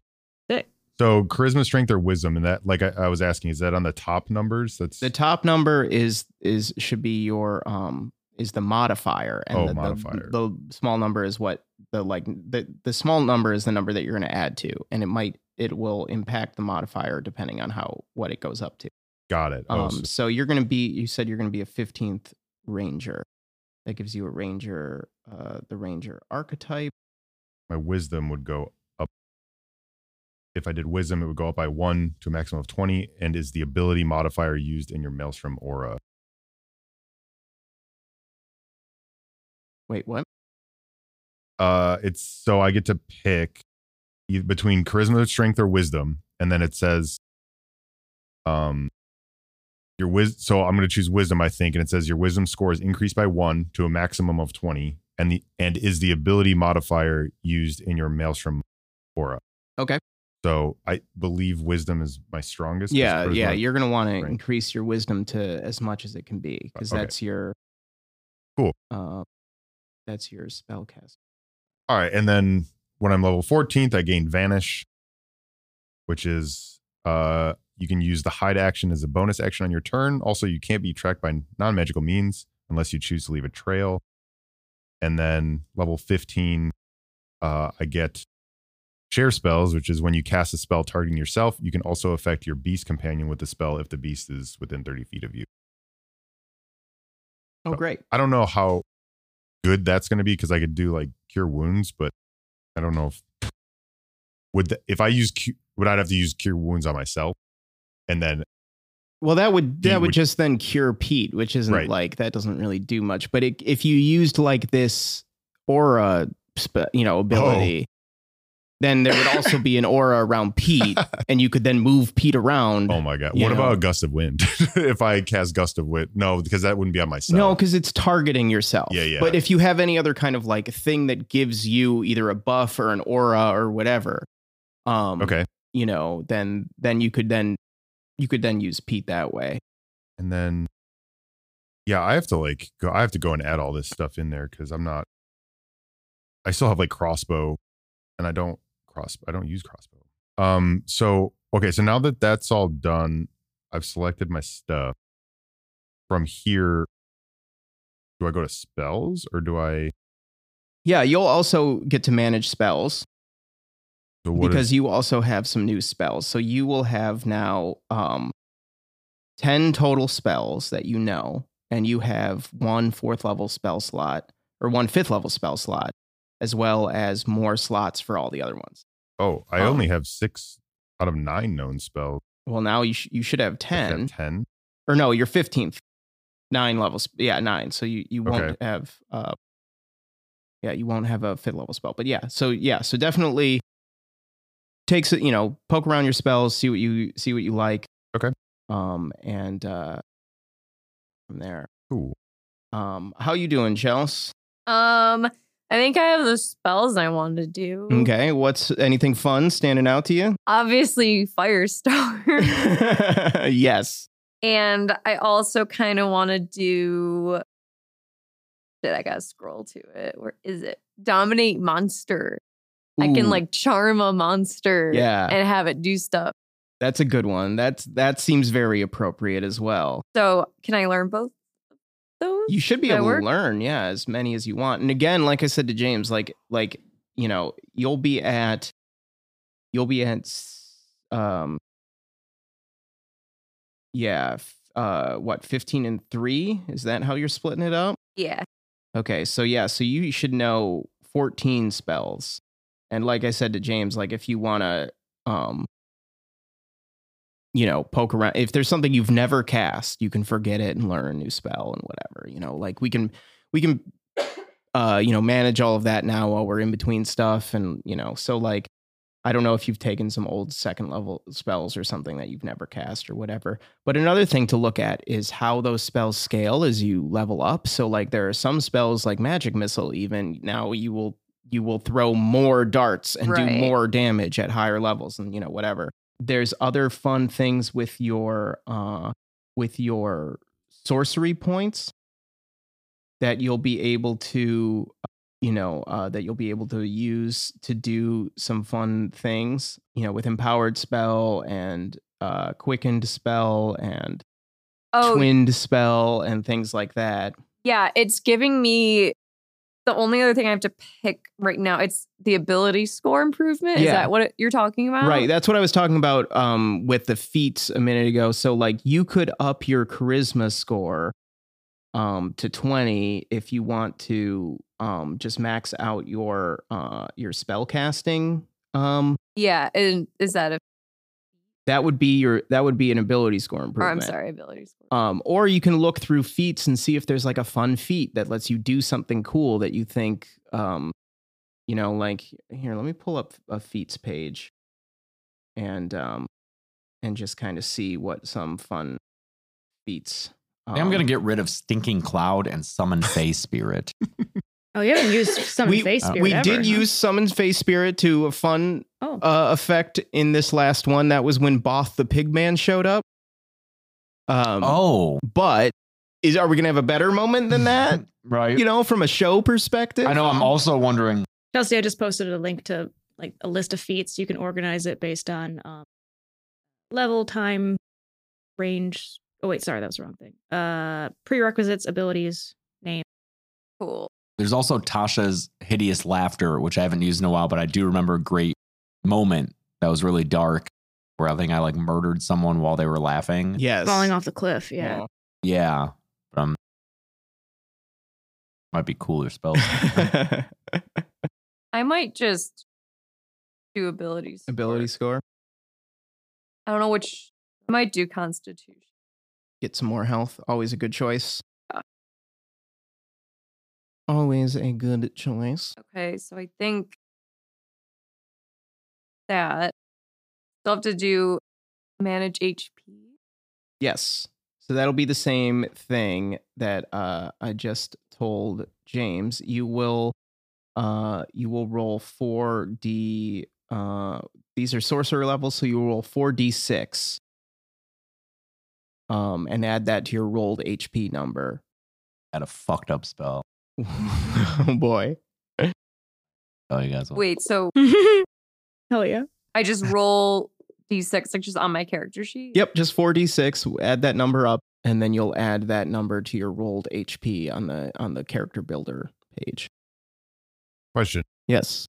Sick.
So charisma, strength, or wisdom, and that like I, I was asking, is that on the top numbers? That's
the top number is is should be your um is the modifier and
Oh,
the, the-
modifier.
The, small number is what the like the the small number is the number that you're going to add to, and it might it will impact the modifier depending on how what it goes up to.
got it. Oh,
Um,
so-
so you're going to be, you said you're going to be a 15th ranger. That gives you a ranger, uh, the ranger archetype.
my wisdom would go up. If I did wisdom, it would go up by one to a maximum of twenty, and is the ability modifier used in your maelstrom aura?
Wait, what?
Uh, it's so I get to pick e- between charisma, strength, or wisdom, and then it says, um, your wis. So I'm going to choose wisdom, I think, and it says your wisdom score is increased by one to a maximum of twenty, and the and is the ability modifier used in your maelstrom aura.
Okay.
So I believe wisdom is my strongest. 'cause
Yeah, yeah.
charisma-
You're going to want to
right.
increase your wisdom to as much as it can be because
okay.
that's your.
Cool.
Uh, that's your spellcast.
All right, and then when I'm level 14th, I gain Vanish, which is uh you can use the hide action as a bonus action on your turn. Also, you can't be tracked by non-magical means unless you choose to leave a trail. And then level 15, uh, I get share spells, which is when you cast a spell targeting yourself, you can also affect your beast companion with the spell if the beast is within 30 feet of you.
Oh,
So-
great.
I don't know how good that's going to be because I could do like cure wounds, but I don't know if would the, if I use cu- would I have to use cure wounds on myself, and then
Well, that would
You
that would
would-
just then cure Pete, which isn't
Right.
like that doesn't really do much. But it, if you used like this aura, spe- you
Oh.
know, ability, then there would also be an aura
*laughs*
around Pete, and you could then move Pete around.
oh my god,
You
what
know.
about a gust of wind? *laughs* if I cast gust of wind, no, because that wouldn't be on myself.
No, because it's targeting yourself.
Yeah, yeah.
But if you have any other kind of like thing that gives you either a buff or an aura or whatever, um,
okay,
you know, then then you could then you could then use Pete that way.
and then Yeah, I have to like go. I have to go and add all this stuff in there because I'm not. I still have like crossbow, and I don't cross. I don't use crossbow. Um. So okay. So now that that's all done, I've selected my stuff. From here, do I go to spells or do I?
Yeah, you'll also get to manage spells
So what is-
because you also have some new spells. So you will have now um, 10 total spells that you know, and you have one fourth level spell slot or one fifth level spell slot, as well as more slots for all the other ones.
oh, I
um,
only have six out of nine known spells.
Well, now you, sh- you should have
I should
10.
have Ten.
or no, your 15th. Nine levels. Yeah, nine. So you, you won't
Okay.
have uh yeah, you won't have a fifth level spell. But yeah, so yeah, so definitely takes it, you know, poke around your spells, see what you see what you like.
Okay.
Um and uh from there.
Cool.
Um how you doing, Chels?
*laughs* Um, I think I have the spells I want to do.
Okay. What's anything fun standing out to you?
Obviously, Firestar. *laughs*
*laughs* yes.
and I also kind of want to do. Shit, I gotta scroll to it. Where is it? Dominate monster. I
Ooh,
can like charm a monster.
Yeah.
And have it do stuff.
that's a good one. That's that seems very appropriate as well.
So can I learn both of those?
you should be
that
able
work?
to learn yeah as many as you want and again like i said to james like like you know you'll be at you'll be at s- um yeah f- uh what 15 and 3 is that how you're splitting it up
yeah.
okay so yeah so you should know 14 spells and like i said to james like if you want to um you know poke around if there's something you've never cast you can forget it and learn a new spell and whatever you know like we can we can uh you know manage all of that now while we're in between stuff and you know so like i don't know if you've taken some old second level spells or something that you've never cast or whatever but another thing to look at is how those spells scale as you level up so like there are some spells like magic missile even now you will you will throw more darts and do
Right.
more damage at higher levels and you know whatever there's other fun things with your uh with your sorcery points that you'll be able to you know uh, that you'll be able to use to do some fun things you know with empowered spell and uh, quickened spell and
Oh,
twinned spell and things like that
Yeah, it's giving me the only other thing I have to pick right now. It's the ability score improvement. Is
Yeah.
that what it- you're talking about?
Right. That's what I was talking about um, with the feats a minute ago. So, like, you could up your charisma score um, to 20 if you want to um, just max out your uh, your spell casting. Um,
yeah. And is that a? oh,
that would be your that would be an ability score
Or
improvement.
I'm sorry, ability score.
Um, or you can look through feats and see if there's like a fun feat that lets you do something cool that you think, um, you know, like here. Let me pull up a feats page, and um, and just kind of see what some fun feats.
I am
um,
gonna get rid of stinking cloud and summon Fey spirit.
Oh, you haven't used some
We-
face
uh,
spirit.
We
ever.
did use summon face spirit to a fun
Oh,
uh, effect in this last one. That was when Both the Pigman showed up. Um,
oh,
but is are we gonna have a better moment than
*laughs*
that?
right.
you know, from a show perspective.
I know. I'm also wondering.
Chelsea, I just posted a link to like a list of feats. You can organize it based on um, level, time, range. Oh wait, sorry, that was the wrong thing. Uh, prerequisites, abilities, name.
Cool.
There's also Tasha's hideous laughter, which I haven't used in a while, but I do remember a great moment that was really dark, where I think I like murdered someone while they were laughing.
Yes.
Falling off the cliff. Yeah.
*laughs*
Yeah. Um, might be cooler
*laughs*
spells.
I might just do abilities.
Ability score.
I don't know which. I might do Constitution.
Get some more health. Always a good choice.
Uh.
Yeah.
Always a good choice.
Okay, so I think that still have to do manage HP.
Yes. So that'll be the same thing that uh, I just told James. You will, uh, you will roll four d. Uh, these are sorcerer levels, so you roll four d six, um, and add that to your rolled HP number. *laughs*
had a fucked up spell.
oh boy.
Oh, you guys.
Wait, so
*laughs* Hell yeah.
I
*laughs*
just roll d6 like just on my character sheet?
Yep, just 4d6, add that number up and then you'll add that number to your rolled HP on the on the character builder page.
Question:
Yes.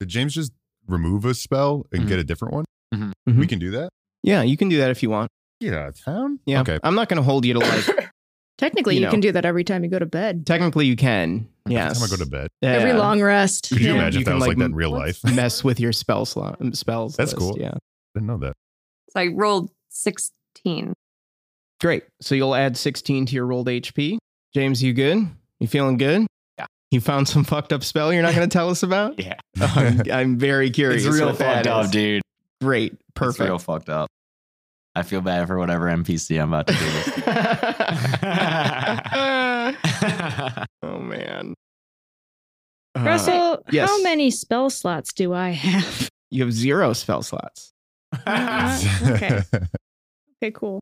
Did James just remove a spell and
Mhm.
get a different one?
Mhm.
We
Mhm.
can do that.
Yeah, you can do that if you want.
Get out of town.
Yeah.
Okay.
I'm not going to hold you to like
*coughs*
Technically,
You
you,
know.
can do that every time you go to bed.
technically you can. Yes.
Every time I go to bed.
Yeah.
Every long rest.
Could you
Yeah.
imagine
You
if that
can,
was like,
like,
that in real life?
what's-
I
mess with your spell slot um, spells.
That's
list,
cool.
Yeah.
didn't know that.
So I rolled 16.
Great. So you'll add 16 to your rolled HP. James, you good? You feeling good?
Yeah.
You found some fucked up spell you're not going to tell us about?
*laughs* Yeah.
*laughs* I'm, I'm very curious.
It's real
what that
fucked up,
is.
dude.
Great.
It's real
Perfect.
fucked up. I feel bad for whatever NPC I'm about to do.
*laughs* oh man. Uh,
Russell,
yes.
how many spell slots do I have? *laughs*
you have zero spell slots, Uh,
okay. Okay, cool.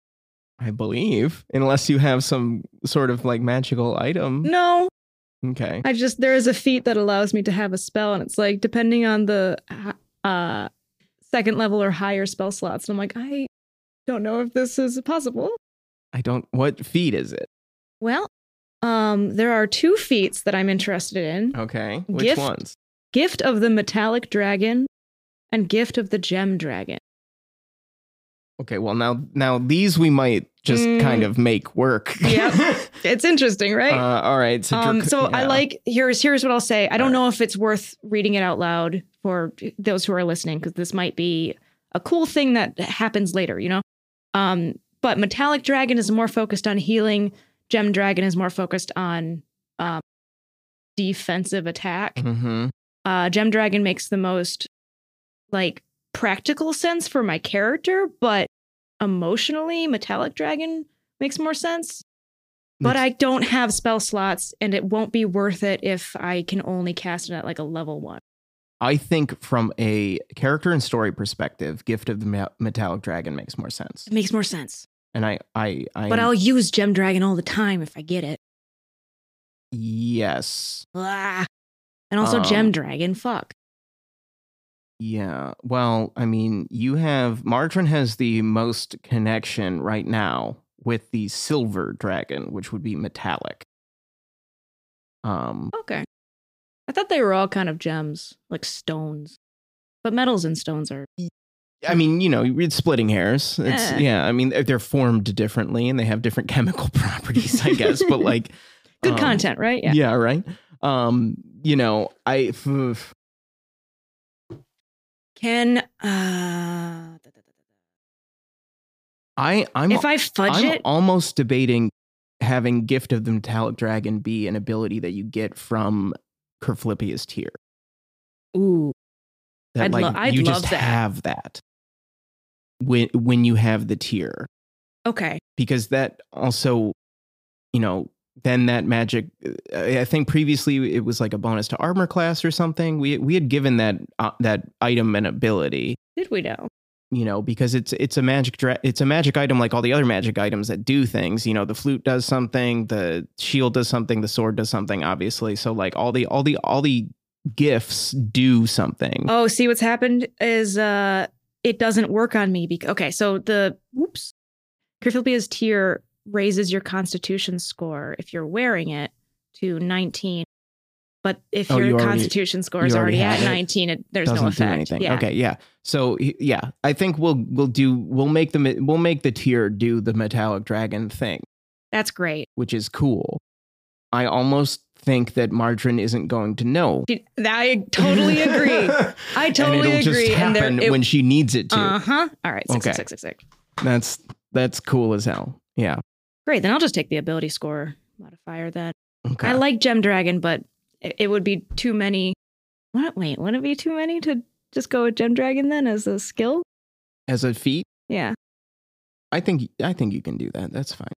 I believe, unless you have some sort of like magical item.
No,
Okay.
I just there is a feat that allows me to have a spell, and it's like depending on the uh second level or higher spell slots. And I'm like, I don't know if this is possible.
I don't. What feat is it?
Well, um, there are two feats that I'm interested in:
Okay. Which
Gift.
ones?
gift of the metallic dragon and gift of the gem dragon.
Okay. Well, now now these we might just
Mm.
kind of make work. *laughs*
Yep. It's interesting, right?
Uh, all right. So,
um,
Drac-
so I
yeah.
like here's here's what I'll say. I don't
All right.
know if it's worth reading it out loud for those who are listening because this might be a cool thing that happens later, you know. Um, but metallic dragon is more focused on healing. Gem dragon is more focused on um, defensive attack.
Mhm.
Uh, gem dragon makes the most like practical sense for my character, but emotionally, metallic dragon makes more sense but I don't have spell slots, and it won't be worth it if I can only cast it at like a level one.
I think from a character and story perspective, Gift of the Ma- Metallic Dragon makes more sense.
It makes more sense.
And I, I, I
But I'll use Gem Dragon all the time if I get it.
yes,
Blah. And also
Um,
Gem Dragon, fuck.
yeah. Well, I mean, you have Margarine has the most connection right now with the Silver Dragon, which would be metallic. Um,
Okay. I thought they were all kind of gems, like stones. But metals and stones are.
I mean, you know, it's splitting hairs. It's
Eh.
yeah. I mean, they're formed differently and they have different *laughs* chemical properties, I guess. but like,
*laughs* Good
um,
content, right?
Yeah.
Yeah.
right. Um, you know, I
Can. Uh,
I I'm
if I fudge
I'm
it.
almost debating having Gift of the Metallic Dragon be an ability that you get from Kerflippia's tier.
ooh.
That
I'd
like
lo- I'd
you
love
just
that.
have that when when you have the tier
Okay.
because that also, you know, then that magic. I I think previously it was like a bonus to armor class or something. We we had given that uh, that item an ability.
Did we know?
you know because it's it's a magic dra- it's a magic item like all the other magic items that do things you know the flute does something the shield does something the sword does something obviously so like all the all the all the gifts do something
Oh, see what's happened is uh it doesn't work on me because okay, so the whoops. Cryphilpia's tier raises your constitution score if you're wearing it to 19. But if
Oh,
your
you already-
constitution score is
you already
already, at
have it.
19, it, there's
doesn't
no effect.
do anything
Yeah.
okay yeah so y- yeah i think we'll we'll do we'll make the me- we'll make the tier do the metallic dragon thing
That's great.
which is cool i almost think that margarine isn't going to know
Dude, I
*laughs*
totally agree. I
and
totally
it'll just
agree.
happen
and there,
when she needs it to
uh-huh. All right, six,
Okay.
six, six, six, six.
That's that's cool as hell. Yeah.
Great. Then I'll just take the ability score modifier then.
Okay.
I like Gem Dragon, but it it would be too many. What? Wait, wouldn't it be too many to just go with Gem Dragon then as a skill?
as a feat,
Yeah.
I think I think you can do that. That's fine.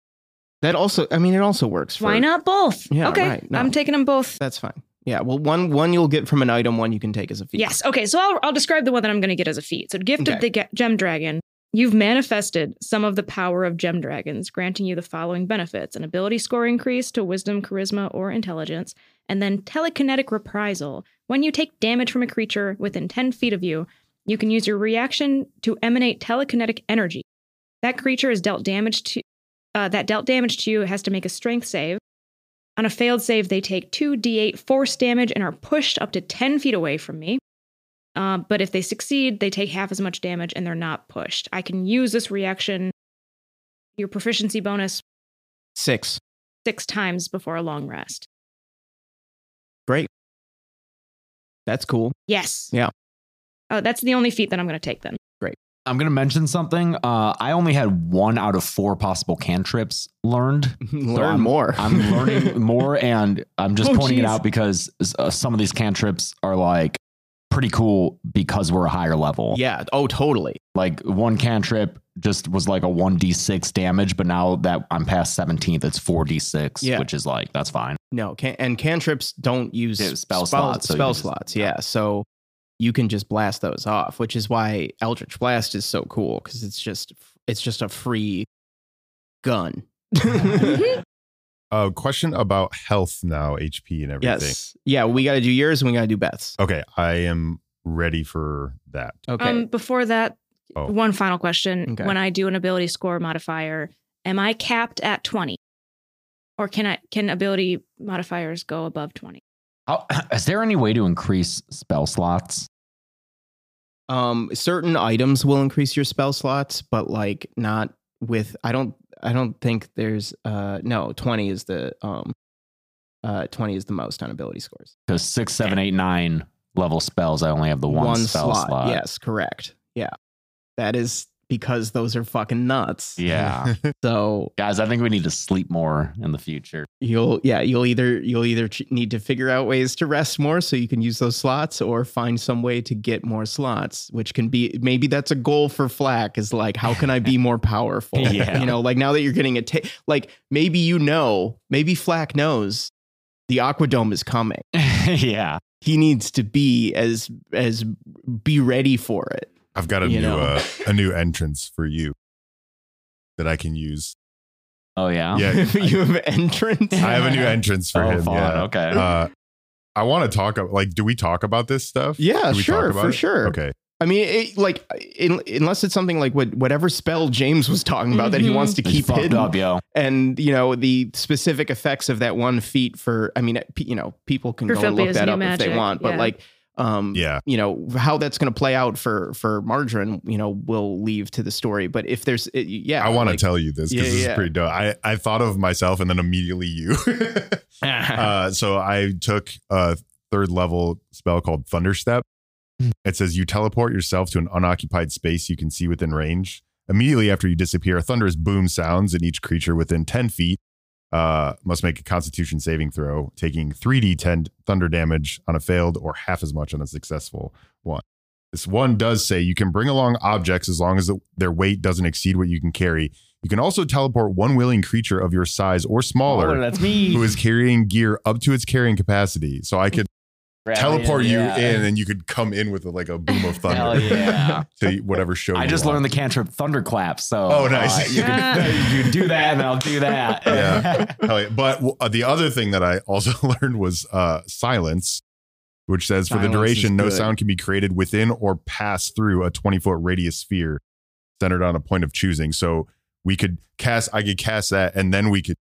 That also, I mean, it also works. For,
Why not both?
Yeah,
okay.
right, no.
I'm taking them both.
That's fine. Yeah. Well, one one you'll get from an item, one you can take as a feat.
Yes. Okay. So I'll, I'll describe the one that I'm going to get as a feat. So, Gift
Okay.
of the Ge- Gem Dragon You've manifested some of the power of gem dragons, granting you the following benefits an ability score increase to wisdom, charisma, or intelligence, and then telekinetic reprisal. When you take damage from a creature within 10 feet of you, you can use your reaction to emanate telekinetic energy. That creature is dealt damage to. Uh, that dealt damage to you has to make a strength save. On a failed save, they take 2d8 force damage and are pushed up to 10 feet away from me. Uh, but if they succeed, they take half as much damage and they're not pushed. I can use this reaction, your proficiency bonus,
Six.
six times before a long rest.
Great. That's cool.
Yes.
Yeah.
Oh, that's the only feat that I'm going to take then.
I'm gonna mention something. Uh, I only had one out of four possible cantrips learned.
*laughs* Learn
I'm-
more.
I'm
*laughs*
learning more, and I'm just
Oh,
pointing it
geez.
out because uh, some of these cantrips are like pretty cool because we're a higher level.
yeah. Oh, totally.
Like one cantrip just was like a one d six damage, but now that I'm past seventeenth, it's four d six,
Yeah.
which is like that's fine.
No, can, and cantrips don't use
Yeah, spell slots, so you
Spell
just-
slots, yeah. So you can just blast those off, which is why Eldritch Blast is so cool because it's just it's just a free gun.
*laughs*
*laughs*
Uh, question about health now, HP and everything.
yes, yeah. We got to do yours and we got to do Beth's.
Okay, I am ready for that.
Okay.
Um, before that,
Oh.
one final question.
Okay.
When I do an ability score modifier, am I capped at 20? Or can I can ability modifiers go above 20?
How, *clears throat* is there any way to increase spell slots?
um, certain items will increase your spell slots, but like not with. I don't. I don't think there's. Uh, no, twenty is the. Um, uh, twenty is the most on ability scores.
Because six, seven, eight, nine level spells, I only have the one, spell slot.
Yes, correct. Yeah. That is because those are fucking nuts.
Yeah.
*laughs*
So
Guys, I think we need to sleep more in the future. *laughs*
you'll yeah, you'll either you'll either ch- need to figure out ways to rest more so you can use those slots or find some way to get more slots, which can be maybe that's a goal for Flack is like how can I
*laughs*
be more powerful?
Yeah.
You know, like now that you're getting a ta- like maybe you know, maybe Flack knows the Aquadome is coming.
yeah.
He needs to be as as be ready for it.
I've got a
You
new
know.
uh, a new entrance for you that I can use.
Oh, yeah.
Yeah,
*laughs* you have entrance.
I have a
*laughs*
new entrance for
Oh,
him.
fun.
Yeah.
Okay.
Uh, I want to talk. ab- Like, do we talk about this stuff?
Yeah,
Do we
sure,
talk about
for
it?
sure.
Okay.
I mean, it, like, in, unless it's something like what, whatever spell James was talking about that he
Mhm.
wants to
It's
keep
fucked
hidden,
up, yo.
and you know the specific effects of that one feat for. I mean, pe- you know, people can
For
go and look
Filipia's
that
new
up if they
magic,
want, but
yeah.
like, um,
Yeah.
you know, how that's going to play out for for Margarine, you know, we'll leave to the story. But if there's, it, yeah,
I want to
like,
tell you this
Yeah,
because this
yeah.
is pretty dope. I, I thought of myself and then
*laughs*
immediately you. *laughs* uh, so I took a third level spell called Thunderstep. It says you teleport yourself to an unoccupied space you can see within range. Immediately after you disappear, a thunderous boom sounds, and each creature within 10 feet uh, must make a constitution saving throw, taking 3d10 thunder damage on a failed or half as much on a successful one. This one does say you can bring along objects as long as the, their weight doesn't exceed what you can carry. You can also teleport one willing creature of your size or smaller
Oh, that's me.
who is carrying gear up to its carrying capacity. So I could
Grab
teleport
it,
you
yeah.
in and you could come in with like a boom of
*laughs* Hell
thunder *laughs*
yeah.
to whatever
*laughs*
show
I
you
just
want.
learned the cantrip thunderclap. So, uh,
Oh, nice.
you,
*laughs*
can, *laughs* you can do that, and I'll do that. *laughs*
Yeah. Hell yeah. But w- uh, the other thing that I also *laughs* learned was uh, silence, which says for the
Silence
duration,
is
no
good.
sound can be created within or pass through a 20 foot radius sphere centered on a point of choosing. So we could cast, I could cast that, and then we could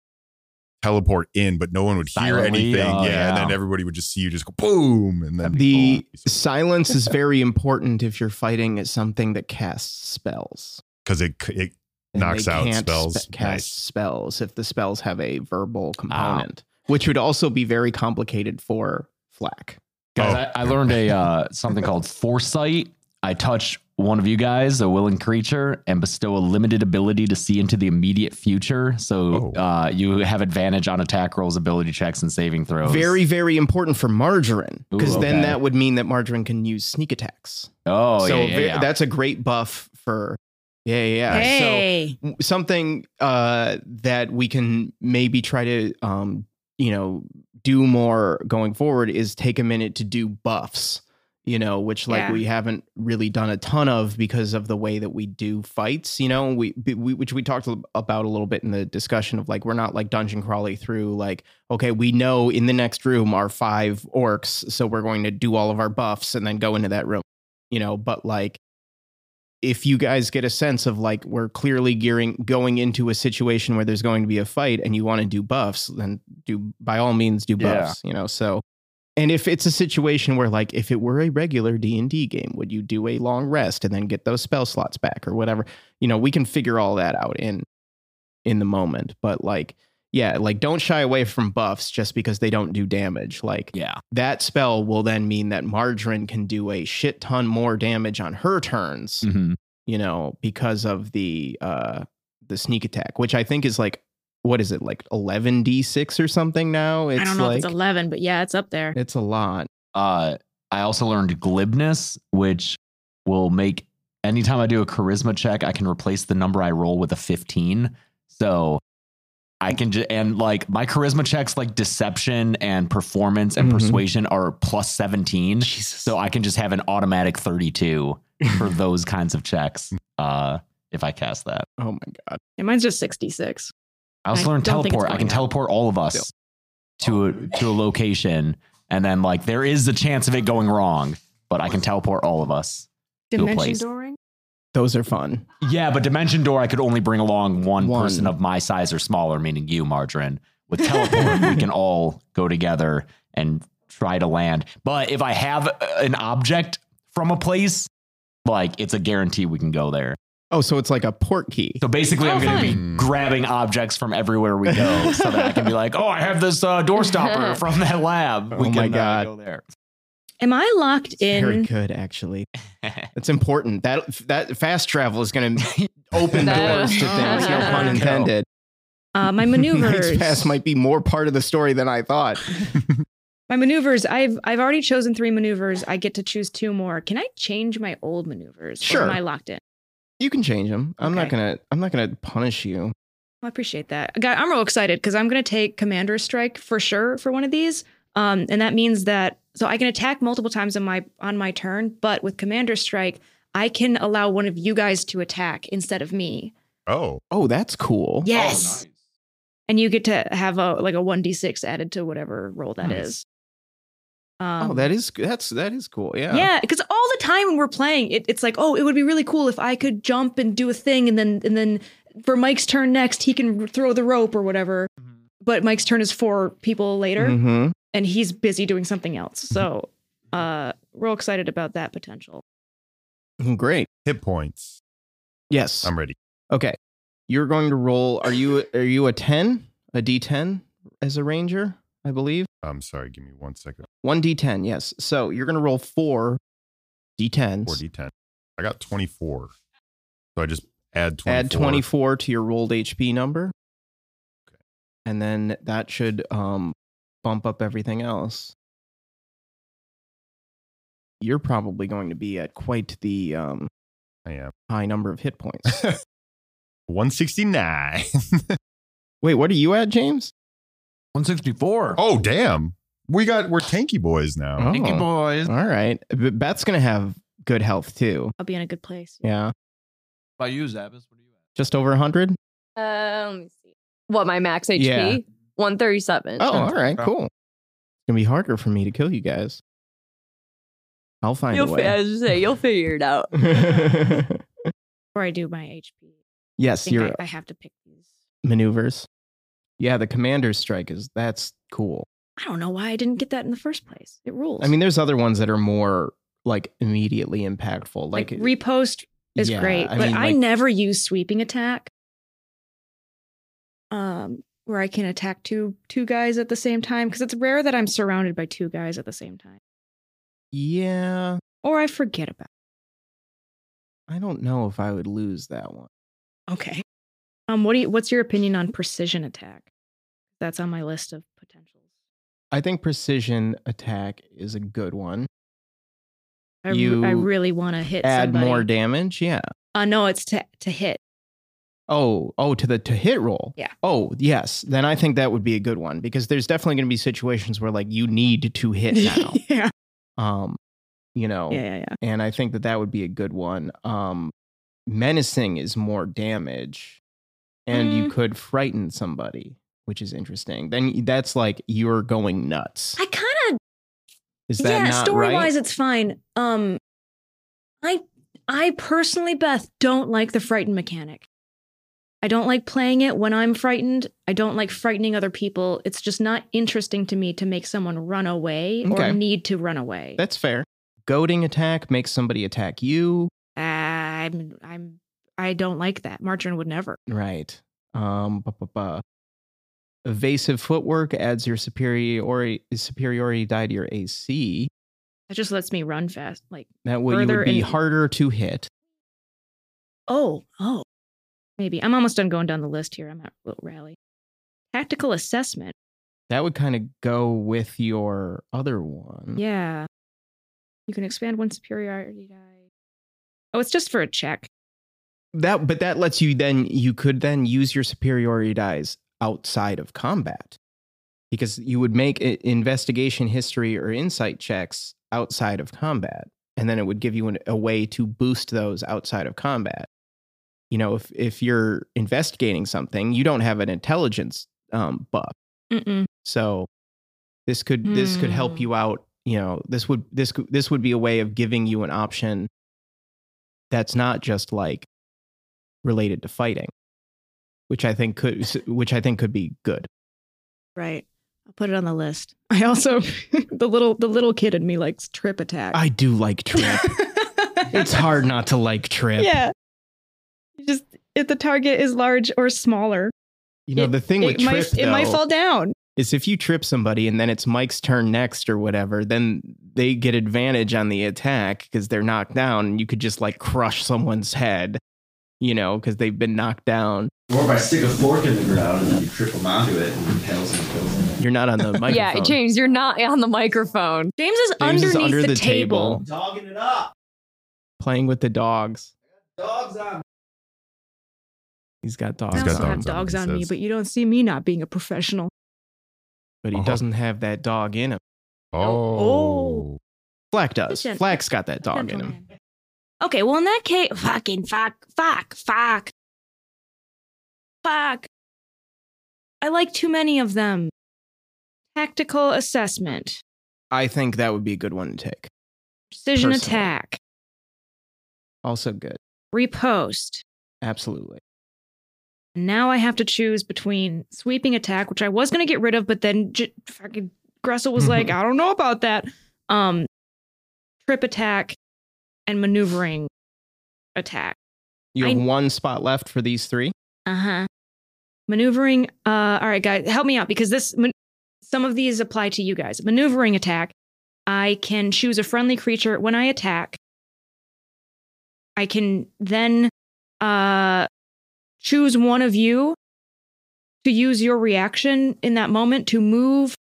teleport in, but no one would hear
Silently?
anything.
Oh,
yeah,
yeah.
And then everybody would just see you just go boom. And then
the silence is very important if you're fighting something that casts spells.
because it, c- it
and
knocks
they
out
can't
spells.
spe- cast
Nice.
spells if the spells have a verbal
Ah.
component, which would also be very complicated for Flack.
Guys, I, I learned a uh, something called foresight. I touch one of you guys, a willing creature, and bestow a limited ability to see into the immediate future. So
Oh.
uh, you have advantage on attack rolls, ability checks, and saving throws.
Very, very important for Margarine, because
Ooh,
then
okay.
that would mean that Margarine can use sneak attacks.
Oh,
so
yeah, yeah,
ve-
yeah.
that's a great buff for. Yeah, yeah. yeah.
Hey.
So something uh, that we can maybe try to, um, you know, do more going forward is take a minute to do buffs. you know, which like
Yeah.
we haven't really done a ton of because of the way that we do fights, you know, we, we which we talked about a little bit in the discussion of like we're not like dungeon crawling through like okay, we know in the next room are five orcs, so we're going to do all of our buffs and then go into that room, you know, but like if you guys get a sense of like we're clearly gearing going into a situation where there's going to be a fight and you want to do buffs, then do by all means do
Yeah.
buffs, you know. So and if it's a situation where like if it were a regular D&D game, would you do a long rest and then get those spell slots back or whatever? You know, we can figure all that out in in the moment, but like yeah, like don't shy away from buffs just because they don't do damage. Like
Yeah.
that spell will then mean that Margarine can do a shit ton more damage on her turns
Mhm.
you know, because of the uh the sneak attack, which I think is like what is it like eleven d six or something now? It's
I don't know
like
if it's 11, but yeah, it's up there.
it's a lot.
Uh, I also learned glibness, which will make anytime I do a charisma check, I can replace the number I roll with a 15. So I can just, and like my charisma checks, like deception and performance and
Mhm.
persuasion are plus 17.
Jesus.
So I can just have an automatic 32 for those kinds of checks uh, if I cast that.
oh my god.
And mine's just 66.
I also
I
learned
don't think it's
teleport. I
going
can
up.
teleport all of
Still.
us to a, to a location, and then like there is a chance of it going wrong, but I can teleport all of us. To a
Dimension
place.
dooring?
Those are fun.
Yeah, but dimension door, I could only bring along one,
One.
person of my size or smaller, meaning you, Margarine. With teleport, we can all go together and try to land. But if I have uh, an object from a place, like it's a guarantee we can go there.
Oh, so it's like a port key.
So basically,
Oh,
I'm going to be
fun.
grabbing objects from everywhere we go, so that I can be like, "Oh, I have this uh, door stopper from that lab. We
Oh
can
my
uh,
God.
go there." *laughs*
Am I locked
Very
in?
good, actually. That's important. That that fast travel is
*laughs*
going to open
That-
doors to things. No pun
Go.
intended. *laughs*
Uh, my
Knight's
Oh, *laughs* maneuvers.
Pass might be more part of the story than I thought.
My maneuvers. I've I've already chosen three maneuvers. I get to choose two more. Can I change my old maneuvers? Or
Sure.
am I locked in?
You can change them. I'm not
Okay.
gonna. I'm not gonna punish you.
Oh, I appreciate that. God, I'm real excited because I'm going to take Commander Strike for sure for one of these. Um, and that means that so I can attack multiple times on my on my turn, but with Commander Strike, I can allow one of you guys to attack instead of me.
oh,
Oh, that's cool.
Yes. And you get to have a like a 1d6 added to whatever roll that is.
Nice.
Um,
Oh, that is that's that is cool. Yeah.
Yeah, because all the time when we're playing, it, it's like, oh, it would be really cool if I could jump and do a thing, and then and then for Mike's turn next, he can r- throw the rope or whatever.
Mm-hmm.
But Mike's turn is four people later,
Mhm.
and he's busy doing something else.
Mm-hmm.
So, uh, real excited about that potential.
Mm, Great.
hit points.
Yes.
I'm ready.
okay. You're going to roll. Are you are you a ten? A D ten as a ranger, I believe.
I'm sorry. Give me one second.
One D ten. Yes. So you're going to roll four D
Four
tens.
D ten. I got twenty four. So I just add twenty.
Add twenty four to your rolled HP number.
Okay.
And then that should um, bump up everything else. You're probably going to be at quite the um,
I am
high number of hit points.
one sixty nine.
Wait, what are you at, James?
164.
*laughs* oh damn. We got we're tanky boys now.
Uh-huh.
Tanky Oh.
boys.
All right. B- Beth's going to have good health too.
I'll be in a good place.
Yeah.
By you, Zappis. What are you
just over 100
Uh, let me see. What my max HP?
Yeah.
137.
oh all right cool it's gonna be harder for me to kill you guys i'll find
You'll
a
fi- I
*laughs*
way
was just saying, you'll figure
*laughs*
it out.
Before I do my HP, I
yes
think
your
I, I have to pick these.
maneuvers yeah the commander's strike is that's cool
I don't know why I didn't get that in the first place. It rules.
i mean there's other ones that are more like immediately impactful
like,
like,
repost is
yeah,
great, but
mean,
I
like-
never use sweeping attack. Um, where I can attack two two guys at the same time because it's rare that I'm surrounded by two guys at the same time,
yeah
or I forget about.
i don't know if i would lose that one
it. Okay. Um, what do you? What's your opinion on precision attack? That's on my list of potentials.
i think precision attack is a good one
I, r-
You
I really want to hit.
add
somebody.
more damage yeah
Uh, no, it's to to hit.
Oh, oh, to the to hit roll.
Yeah.
Oh, yes. Then I think that would be a good one
*laughs*
because there's definitely going to be situations where like you need to hit now.
yeah.
um, you know,
Yeah, yeah, yeah.
and I think that that would be a good one. Um, menacing is more damage, and
Mm.
you could frighten somebody, which is interesting. Then that's like you're going nuts.
I kind of
Is that
yeah.
not
Story
right?
wise, it's fine. Um, I I personally, Beth, don't like the frightened mechanic. I don't like playing it when I'm frightened. I don't like frightening other people. It's just not interesting to me to make someone run away
Okay.
or need to run away.
That's fair. Goading attack makes somebody attack you.
Uh, I'm I'm I don't like that. Margarine would never.
Right. Um, bu- bu- bu. Evasive footwork adds your superiority superiority die to your AC.
That just lets me run fast. Like
That way you
Further
would be
in-
harder to hit.
oh oh, maybe I'm almost done going down the list here. I'm at a little rally. Tactical assessment.
That would kind of go with your other one.
Yeah. You can expand one superiority die. Oh, it's just for a check.
That but that lets you then you could then use your superiority dies outside of combat. Because you would make i- investigation history or insight checks outside of combat. And then it would give you an, a way to boost those outside of combat. You know, if if you're investigating something, you don't have an intelligence um, buff.
Mm-mm.
So this could this could help
Hmm.
you out. You know, this would this could- this would be a way of giving you an option that's not just like related to fighting, which I think could which I think could be good.
Right. I'll put it on the list. *laughs* I also the little the little kid in me likes trip attack.
I do like trip.
*laughs*
it's hard not to like trip.
Yeah. You just if the target is large or smaller,
You know,
It-
the thing with
it might
trip
it might
though,
fall down.
is if you trip somebody and then it's Mike's turn next or whatever, then they get advantage on the attack because they're knocked down and you could just like crush someone's head, you know, because they've been knocked down.
Or if I stick a fork in the ground and then you trip them onto it and it impales and kills them.
You're not on the microphone.
Yeah, James, you're not *laughs* on the microphone.
James is
James
underneath
is under
the,
the,
table.
table
Dogging it up.
playing with the dogs.
Dogs on.
He's got dogs.
I
He's
also
got
have
dogs on
dogs
him,
on
he
me,
says.
but you don't see me not being a professional.
But he
Uh-huh.
doesn't have that dog in him.
Oh.
Flack does.
Listen.
Flack's got that dog in him.
Gentleman. Okay, well in that case, fucking fuck, fuck, fuck, fuck. I like too many of them. Tactical assessment,
I think that would be a good one to take.
precision
Personally.
attack,
Also good.
repost.
Absolutely.
And Now I have to choose between sweeping attack, which I was gonna get rid of, but then j- fucking Gressel was like, I don't know about that. Um, trip attack, and maneuvering attack.
You have
I-
one spot left for these three.
Uh-huh. Maneuvering, uh, all right, guys, help me out because this man- some of these apply to you guys. Maneuvering attack. I can choose a friendly creature when I attack. I can then uh choose one of you to use your reaction in that moment to move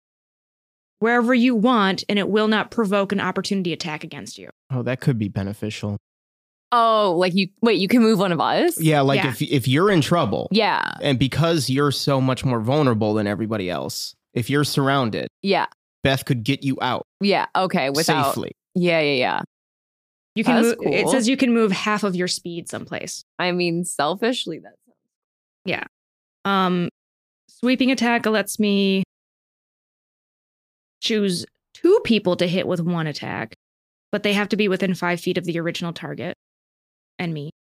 wherever you want, and it will not provoke an opportunity attack against you.
Oh, that could be beneficial.
Oh, like you wait, you can move one of us?
Yeah, like
Yeah.
if if you're in trouble,
Yeah.
and because you're so much more vulnerable than everybody else, if you're surrounded,
Yeah.
Beth could get you out
Yeah. Okay. Without
safely. *laughs*
Yeah, yeah, yeah.
You can
That's
move, it
cool.
says you can move half of your speed someplace.
I mean selfishly that's
Um, sweeping attack lets me choose two people to hit with one attack, but they have to be within five feet of the original target and me.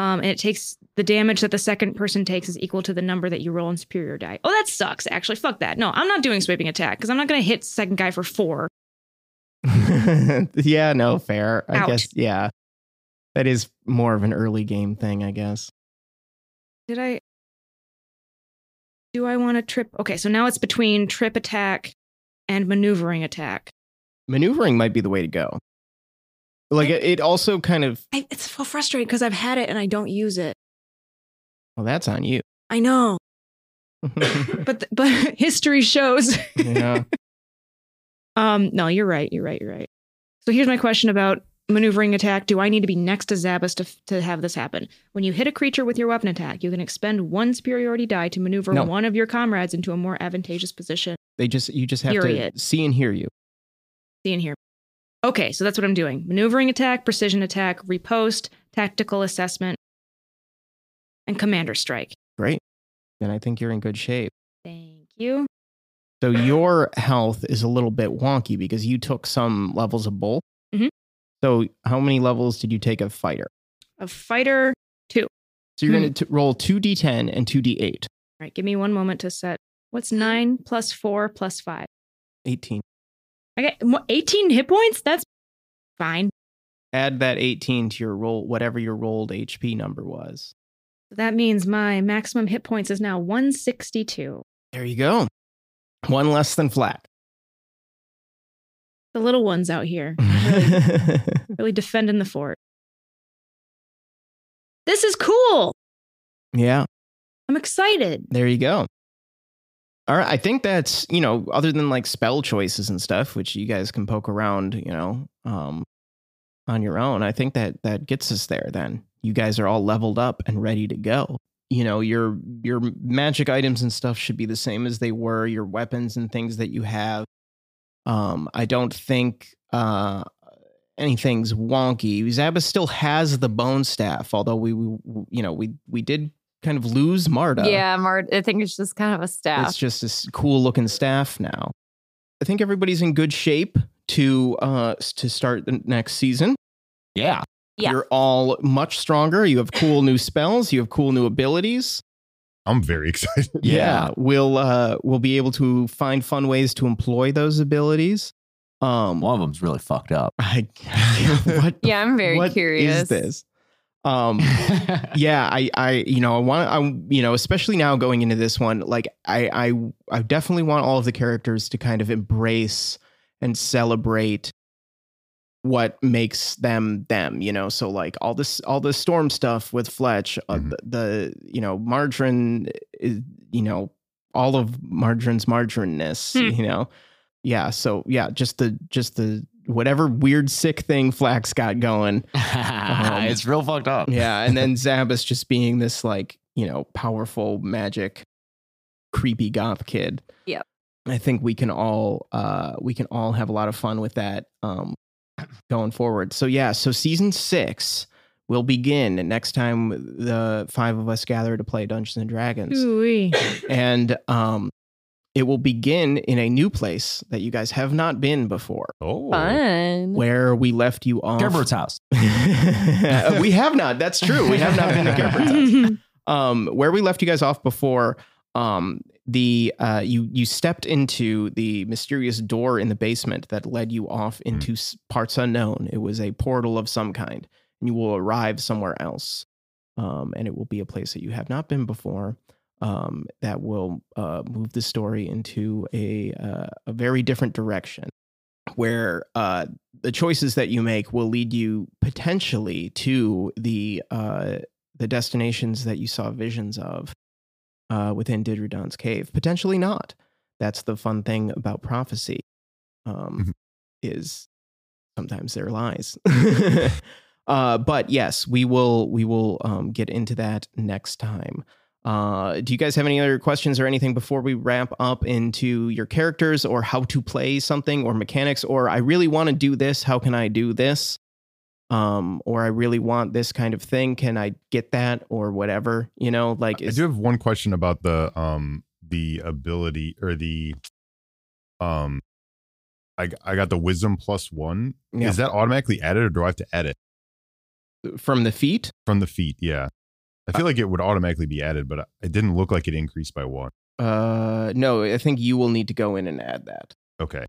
Um, and it takes the damage that the second person takes is equal to the number that you roll in superior die. Oh, that sucks. Actually, fuck that. No, I'm not doing sweeping attack because I'm not going to hit second guy for four.
yeah, no, fair. I
Out.
guess yeah. That is more of an early game thing, I guess.
Did I? Do I want to trip? Okay, so now it's between trip attack and maneuvering attack.
Maneuvering might be the way to go. Like it, it also kind of
I, it's so frustrating because I've had it and I don't use it.
well, that's on you. *laughs*
I know, but th- *laughs* but history shows. *laughs*
yeah.
Um, no, you're right. You're right. You're right. So here's my question about maneuvering attack. Do I need to be next to Zabas to, f- to have this happen? When you hit a creature with your weapon attack, you can expend one superiority die to maneuver
No.
one of your comrades into a more advantageous position.
They just you just have
Period.
to see and hear you.
See in here. Okay, so that's what I'm doing maneuvering attack, precision attack, repost, tactical assessment, and commander strike.
Great. Then I think you're in good shape.
Thank you.
So your health is a little bit wonky because you took some levels of bolt.
Mhm.
So how many levels did you take of fighter?
A fighter.
So you're going to roll 2d10 and 2d8.
All right, give me one moment to set. What's nine plus four plus five?
18.
I got mo- 18 hit points? That's fine.
Add that 18 to your roll, whatever your rolled HP number was.
That means my maximum hit points is now 162.
There you go. One less than flat.
The little ones out here really defending the fort. This is cool.
*laughs* yeah.
I'm excited.
There you go. All right. I think that's, you know, other than like spell choices and stuff, which you guys can poke around, you know, um, on your own, I think that that gets us there then. You guys are all leveled up and ready to go. You know, your your magic items and stuff should be the same as they were, your weapons and things that you have. Um, I don't think uh anything's wonky. Zabba still has the bone staff, although we, we you know, we we did kind of lose Marta.
Yeah, Mart. I think it's just kind of a staff.
It's just this cool looking staff now. I think everybody's in good shape to uh s- to start the next season.
Yeah.
Yeah.
You're all much stronger. You have cool new spells, you have cool new abilities.
I'm very *laughs* excited.
We'll uh we'll be able to find fun ways to employ those abilities. Um
One of them's really fucked up. *laughs*
I what the
yeah, I'm very
what
curious.
Is this? *laughs* Um *laughs* yeah i i you know i want i you know especially now going into this one like i i i definitely want all of the characters to kind of embrace and celebrate what makes them them you know so like all this all the storm stuff with fletch uh,
Mhm.
the, the you know margarine is you know all of margarine's margarineness
Hmm.
you know yeah so yeah just the just the whatever weird sick thing flax got going
it's real fucked
*laughs*
up.
yeah, and then Zabbis just being this like, you know, powerful magic creepy goth kid.
Yep.
I think we can all uh we can all have a lot of fun with that um *clears throat* going forward. So yeah, so season 6 will begin and next time the five of us gather to play Dungeons and Dragons
Ooh-wee.
and um it will begin in a new place that you guys have not been before
Oh,
Fun.
where we left you off.
Gerbert's house.
*laughs* we have not. That's true. We have not been to
*laughs*
Gerbert's house um, where we left you guys off before um, the uh, you you stepped into the mysterious door in the basement that led you off into s parts unknown. It was a portal of some kind, and you will arrive somewhere else, um, and it will be a place that you have not been before. Um, that will uh, move the story into a uh, a very different direction, where uh, the choices that you make will lead you potentially to the uh, the destinations that you saw visions of uh, within Didridon's cave. Potentially not. That's the fun thing about prophecy. Um,
Mhm.
Is sometimes there are lies. *laughs* uh, but yes, we will we will um, get into that next time. Uh, do you guys have any other questions or anything before we ramp up into your characters or how to play something or mechanics or I really want to do this? How can I do this? um, or I really want this kind of thing. Can I get that or whatever? You know, like
I
is,
do have one question about the um the ability or the um I I got the wisdom plus one.
Yeah.
Is that automatically added or do I have to add it
from the feet.
from the feet? Yeah. I feel like it would automatically be added, but it didn't look like it increased by one.
Uh, no, I think you will need to go in and add that.
Okay.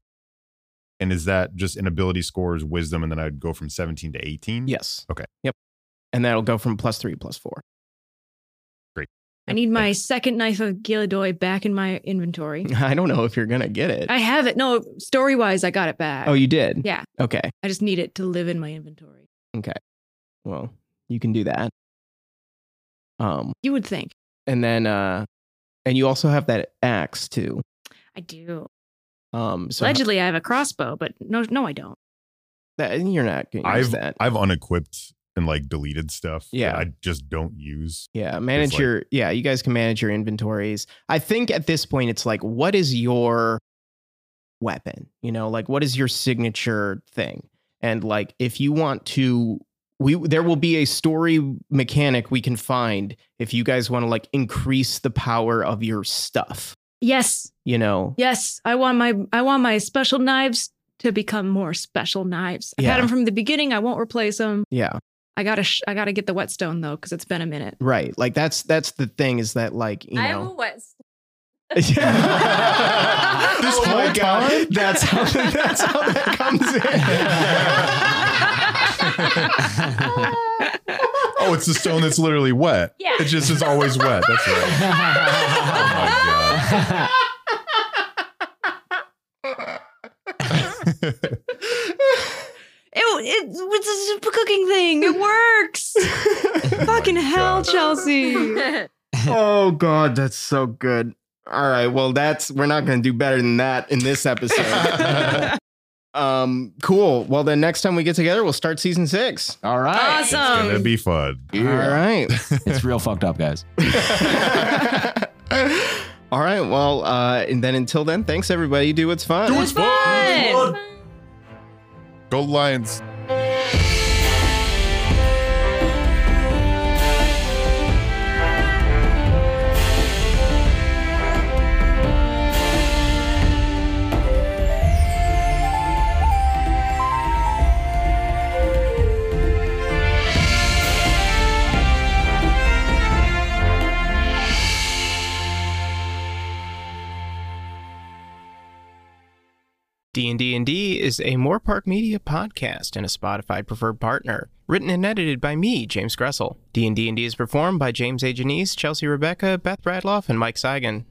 And is that just an ability scores wisdom and then I'd go from 17 to 18?
Yes.
Okay.
Yep. And that'll go from plus three, plus four. *laughs*
I need my second knife of Gilidoy back in my
*laughs*
inventory.
I don't know if you're gonna get it.
I have it. No, story wise, I got it back.
oh, you did.
Yeah.
Okay.
I just need it to live in my inventory.
Well, you can do that. Um,
You would think.
and then uh, and you also have that axe too.
I do.
Um, so
Allegedly, I have a crossbow, but no, no, I don't.
that, you're not gonna use
I've
that.
I've unequipped and like deleted stuff that
Yeah.
I just don't use.
Yeah, manage
like-
your yeah, you guys can manage your inventories. I think at this point it's like what is your weapon? You know, like what is your signature thing? And like, if you want to, we there will be a story mechanic we can find if you guys want to like increase the power of your stuff.
Yes,
You know,
yes. I want my I want my special knives to become more special knives. I
Yeah.
had them from the beginning. I won't replace them.
yeah.
I gotta sh- I gotta get the whetstone though because it's been a minute.
Right. Like that's that's the thing is that like you
I have a
know.
*laughs* West.
*laughs* this *laughs*
*laughs*
Oh
my God.
That's how that's how that comes
*laughs*
in.
Oh, it's the stone that's literally wet.
Yeah.
It just is always wet.
*laughs*
That's right. Oh my god. *laughs*
It, it it's a soup cooking thing. It works. Fucking hell,
God.
*laughs*
Chelsea.
That's
oh god, that's so good. All right, well that's we're not going to do better than that in this episode. *laughs* um cool. Well then next time we get together we'll start season 6.
*laughs* All right.
Awesome.
That'd be fun.
*laughs*
Yeah.
All
It's real fucked up, guys.
right. All right, well uh and then until then, thanks everybody. Do what's fun.
fun.
Go Lions.
D&D and D is a Moore Park Media podcast and a Spotify preferred partner. Written and edited by me, James Gressel. D&D and D is performed by James A. Janice, Chelsea Rebecca, Beth Bradloff, and Mike Seigan.